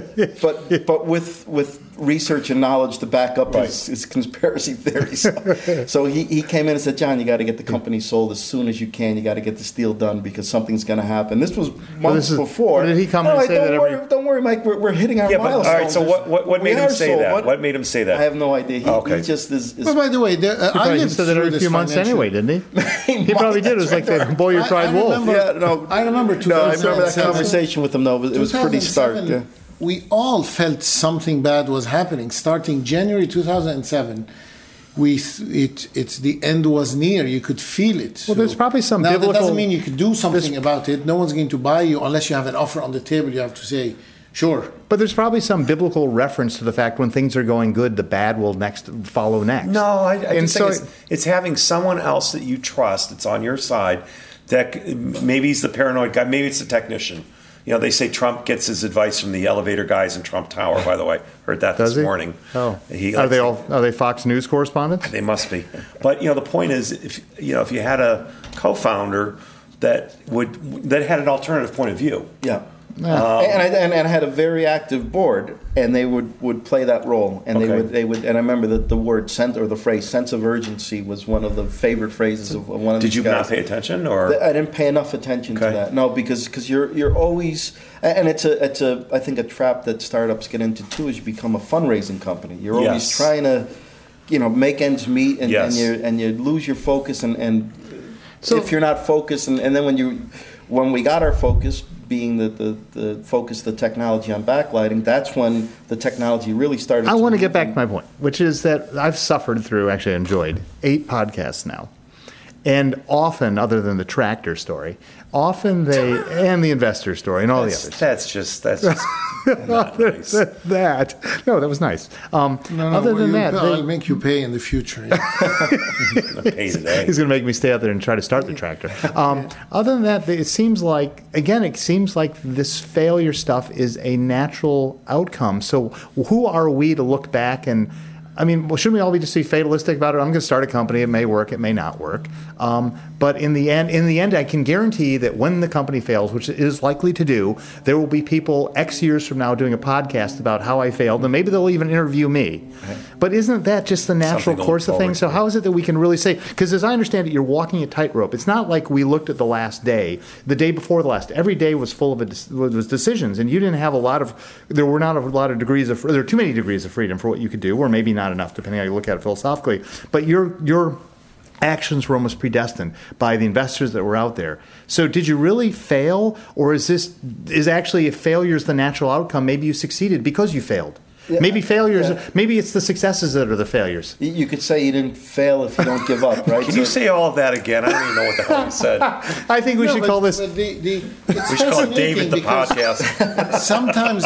Speaker 4: but but with with research and knowledge to back up his, his conspiracy theories. So, he, he came in and said, John, you got to get the company sold as soon as you can. You got to get this deal done because something's going to happen. This was months
Speaker 2: this is-
Speaker 4: before.
Speaker 2: did he come
Speaker 4: no,
Speaker 2: and
Speaker 4: I
Speaker 2: say
Speaker 4: don't
Speaker 2: that
Speaker 4: worry,
Speaker 2: every-
Speaker 4: don't worry, Mike. We're, we're hitting our
Speaker 3: Yeah, but all
Speaker 4: milestones.
Speaker 3: right. So
Speaker 4: There's
Speaker 3: what, what, what, what
Speaker 4: We
Speaker 3: made him
Speaker 4: are
Speaker 3: say
Speaker 4: sold.
Speaker 3: that?
Speaker 4: What-
Speaker 3: What, made him say that?
Speaker 4: I have no idea. He,
Speaker 3: Okay.
Speaker 4: he just is. is
Speaker 1: Well, by the way, there, uh, I
Speaker 2: Probably
Speaker 1: lived
Speaker 2: just did it
Speaker 1: through
Speaker 2: every
Speaker 1: this
Speaker 2: few months
Speaker 1: financial-
Speaker 2: anyway, didn't he? He probably did. It was like the boy who
Speaker 1: I-
Speaker 2: cried
Speaker 1: I
Speaker 2: wolf.
Speaker 1: remember-
Speaker 4: yeah, no.
Speaker 1: I remember
Speaker 4: No, I remember that
Speaker 1: 2007.
Speaker 4: conversation with him, though. It was, it was pretty stark.
Speaker 1: 2007,
Speaker 4: Yeah.
Speaker 1: We all felt something bad was happening. Starting January 2007, we it it's the end was near. You could feel it.
Speaker 2: Well, there's probably some
Speaker 1: now, that
Speaker 2: biblical-
Speaker 1: doesn't mean you could do something about it. No one's going to buy you unless you have an offer on the table. You have to say, sure.
Speaker 2: But there's probably some biblical reference to the fact when things are going good, the bad will next follow next.
Speaker 3: No, I, I
Speaker 2: and
Speaker 3: just
Speaker 2: so
Speaker 3: think it's, it's having someone else that you trust that's on your side. That c- maybe he's the paranoid guy, maybe it's the technician. You know, they say Trump gets his advice from the elevator guys in Trump Tower. By the way, heard that
Speaker 2: does
Speaker 3: this
Speaker 2: he?
Speaker 3: morning.
Speaker 2: Oh,
Speaker 3: He
Speaker 2: are
Speaker 3: likes
Speaker 2: they
Speaker 3: to-
Speaker 2: all are they Fox News correspondents?
Speaker 3: They must be. But you know, the point is, if you know, if you had a co-founder that would that had an alternative point of view,
Speaker 4: Yeah.
Speaker 3: Um,
Speaker 4: and, I, and, and I had a very active board, and they would, would play that role, and they
Speaker 3: Okay.
Speaker 4: would they would, and I remember that the word sense or the phrase sense of urgency was one of the favorite phrases of, of one of
Speaker 3: did
Speaker 4: these
Speaker 3: you
Speaker 4: guys.
Speaker 3: not pay attention or?
Speaker 4: I didn't pay enough attention to
Speaker 3: Okay.
Speaker 4: that. No, because because you're you're always and it's a it's a I think a trap that startups get into too is you become a fundraising company. You're always
Speaker 3: Yes.
Speaker 4: trying to you know make ends meet and,
Speaker 3: Yes.
Speaker 4: and you and you lose your focus and and
Speaker 2: So-
Speaker 4: if you're not focused and, and then when you when we got our focus being the, the, the focus of the technology on backlighting, that's when the technology really started.
Speaker 2: I want to get
Speaker 4: move
Speaker 2: back
Speaker 4: and-
Speaker 2: to my point, which is that I've suffered through, actually enjoyed, eight podcasts now. And often, other than the tractor story, often they, and the investor story, and all the
Speaker 3: That's,
Speaker 2: others.
Speaker 3: Oh, that's just that's just not nice.
Speaker 2: That, no, that was nice. Um, other
Speaker 1: well,
Speaker 2: than
Speaker 1: you-
Speaker 2: that, they-
Speaker 1: I'll make you pay in the future.
Speaker 3: I'm gonna pay today.
Speaker 2: He's going to make me stay out there and try to start the tractor. Um, Other than that, it seems like again, it seems like this failure stuff is a natural outcome. So who are we to look back and? I mean, well, shouldn't we all be just be fatalistic about it? I'm going to start a company. It may work. It may not work. Um, but in the end, in the end, I can guarantee that when the company fails, which it is likely to do, there will be people X years from now doing a podcast about how I failed, and maybe they'll even interview me. But isn't that just the natural
Speaker 3: Something to
Speaker 2: course
Speaker 3: look
Speaker 2: of things?
Speaker 3: forward
Speaker 2: So
Speaker 3: to.
Speaker 2: how is it that we can really say? Because as I understand it, you're walking a tightrope. It's not like we looked at the last day, the day before the last. Every day was full of a, dec- was decisions, and you didn't have a lot of. There were not a lot of degrees of. There are too many degrees of freedom for what you could do, or maybe not enough, depending how you look at it philosophically. But your your actions were almost predestined by the investors that were out there. So did you really fail, or is this is actually if failure is the natural outcome? Maybe you succeeded because you failed. maybe failures.
Speaker 4: yeah.
Speaker 2: Maybe it's the successes that are the failures.
Speaker 4: You you could say you didn't fail if you don't give up, right?
Speaker 3: Can you
Speaker 4: So-
Speaker 3: say all of that again? I don't even know what the hell you said.
Speaker 2: I think we should call this.
Speaker 3: We should call it David the podcast.
Speaker 1: sometimes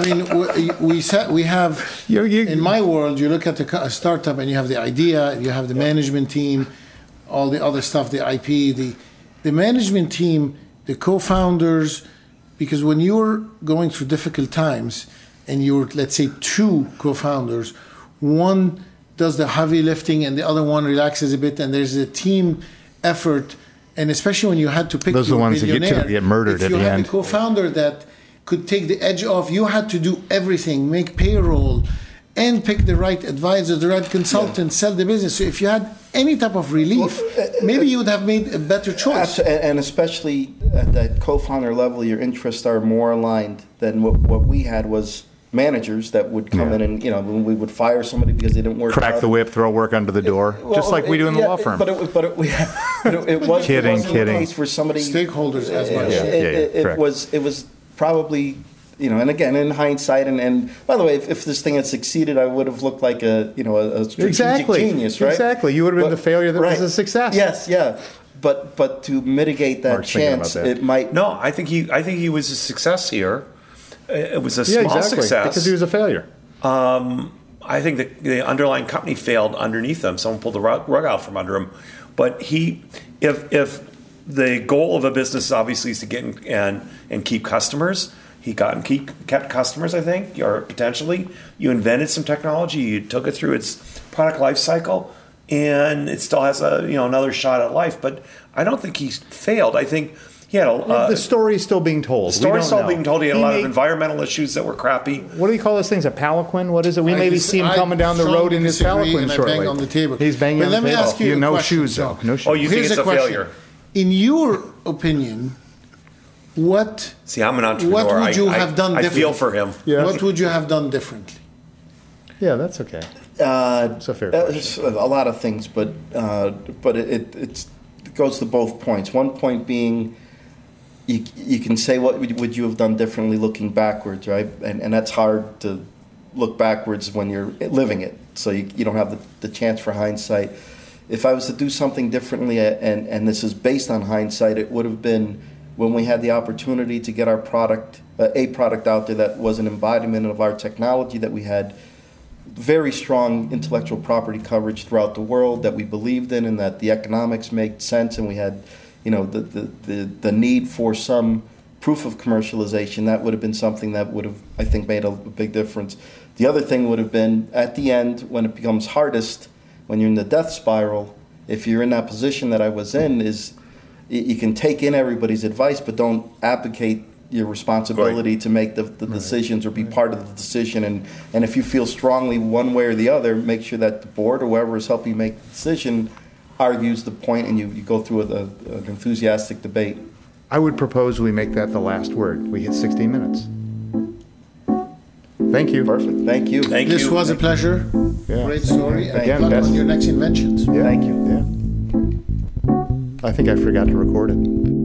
Speaker 1: i mean we, we set we have
Speaker 2: You- you-
Speaker 1: in my world you look at the co- a startup and you have the idea and you have the management team all the other stuff the ip the the management team the co-founders because when you're going through difficult times and you're let's say two co-founders one does the heavy lifting and the other one relaxes a bit and there's a team effort and especially when you had to pick
Speaker 2: Those are the
Speaker 1: your
Speaker 2: ones that get-
Speaker 1: billionaire,
Speaker 2: get murdered
Speaker 1: if
Speaker 2: at
Speaker 1: you
Speaker 2: the
Speaker 1: had
Speaker 2: end.
Speaker 1: a co-founder that could take the edge off. You had to do everything, make payroll, and pick the right advisor, the right consultant, sell the business. So if you had any type of relief,
Speaker 2: uh,
Speaker 1: maybe you would have made a better choice.
Speaker 4: Abso- and, and especially at that co-founder level, your interests are more aligned than what, what we had was managers that would come in and you know when we would fire somebody because they didn't work
Speaker 2: Crack
Speaker 4: out.
Speaker 2: the whip, throw work under the door,
Speaker 4: Well,
Speaker 2: just like we do in the
Speaker 4: yeah,
Speaker 2: law firm.
Speaker 4: But it, but it, but it, it was
Speaker 2: Kidding,
Speaker 4: it wasn't
Speaker 2: kidding.
Speaker 4: The case for somebody
Speaker 1: Stakeholders as
Speaker 4: It,
Speaker 1: much.
Speaker 2: Yeah,
Speaker 4: it-
Speaker 2: yeah, yeah,
Speaker 4: it- it
Speaker 2: correct.
Speaker 4: was it was probably you know, and again, in hindsight, and, and by the way, if, if this thing had succeeded, I would have looked like a you know a, a strategic
Speaker 2: Exactly.
Speaker 4: genius, right?
Speaker 2: Exactly. You would have been the failure that was a success.
Speaker 4: Yes, yeah. But but to mitigate that
Speaker 2: Mark's thinking about
Speaker 4: chance,
Speaker 2: that.
Speaker 4: it might
Speaker 3: No, I think he. I think he was a success here. It was a
Speaker 2: yeah,
Speaker 3: small
Speaker 2: exactly.
Speaker 3: success
Speaker 2: Because he was a failure.
Speaker 3: I think the, the underlying company failed underneath him. Someone pulled the rug, rug out from under him. But he, if if the goal of a business obviously is to get in, and and keep customers, he got and keep kept customers. I think, or potentially, you invented some technology. You took it through its product life cycle, and it still has a you know another shot at life. But I don't think he failed. I think he had a uh,
Speaker 2: the story is still being told.
Speaker 3: the story's still being told. He had a lot
Speaker 2: may-
Speaker 3: of environmental issues that were crappy.
Speaker 2: What do you call those things? A palanquin? What is it? We
Speaker 1: I
Speaker 2: maybe
Speaker 1: dis-
Speaker 2: see him
Speaker 1: I
Speaker 2: coming down the
Speaker 1: strongly
Speaker 2: road in his
Speaker 1: disagree,
Speaker 2: palanquin
Speaker 1: and I bang
Speaker 2: shortly.
Speaker 1: on the table.
Speaker 2: He's banging
Speaker 1: But
Speaker 2: on
Speaker 1: let
Speaker 2: the
Speaker 1: me
Speaker 2: table.
Speaker 1: ask you a
Speaker 2: no
Speaker 1: question,
Speaker 2: shoes, though.
Speaker 1: John.
Speaker 2: No
Speaker 3: Oh,
Speaker 2: shoes.
Speaker 3: you think
Speaker 1: Here's
Speaker 3: it's
Speaker 1: a
Speaker 3: a
Speaker 1: question.
Speaker 3: failure?
Speaker 1: In your opinion, What
Speaker 3: See, I'm an entrepreneur.
Speaker 1: What would you
Speaker 3: I,
Speaker 1: have
Speaker 3: I,
Speaker 1: done
Speaker 3: I feel
Speaker 1: different?
Speaker 3: for him.
Speaker 2: Yeah.
Speaker 1: what would you have done differently?
Speaker 2: Yeah, that's okay.
Speaker 4: Uh,
Speaker 2: It's a fair
Speaker 4: Uh,
Speaker 2: question.
Speaker 4: it's A lot of things, but uh, but it, it it's, it goes to both points. One point being, you you can say what would would you have done differently looking backwards, right? And and that's hard to look backwards when you're living it, so you you don't have the, the chance for hindsight. If I was to do something differently, a- and and this is based on hindsight, it would have been when we had the opportunity to get our product, uh, a product out there that was an embodiment of our technology that we had very strong intellectual property coverage throughout the world that we believed in and that the economics made sense and we had you know the, the, the, the need for some proof of commercialization that would have been something that would have i think made a big difference the other thing would have been at the end when it becomes hardest when you're in the death spiral if you're in that position that i was in is y- you can take in everybody's advice but don't abdicate your responsibility to make the, the decisions or be part of the decision. And, and if you feel strongly one way or the other, make sure that the board or whoever is helping you make the decision argues the point and you, you go through a, a- an enthusiastic debate.
Speaker 2: I would propose we make that the last word. We hit 16 minutes. Thank you.
Speaker 4: Perfect. Thank you.
Speaker 3: Thank
Speaker 1: this
Speaker 3: you.
Speaker 1: was a pleasure.
Speaker 2: Yeah.
Speaker 1: Great story. And
Speaker 2: Again,
Speaker 1: good luck
Speaker 2: best-
Speaker 1: on your next inventions.
Speaker 2: Yeah.
Speaker 4: Thank you.
Speaker 2: Yeah. I think I forgot to record it.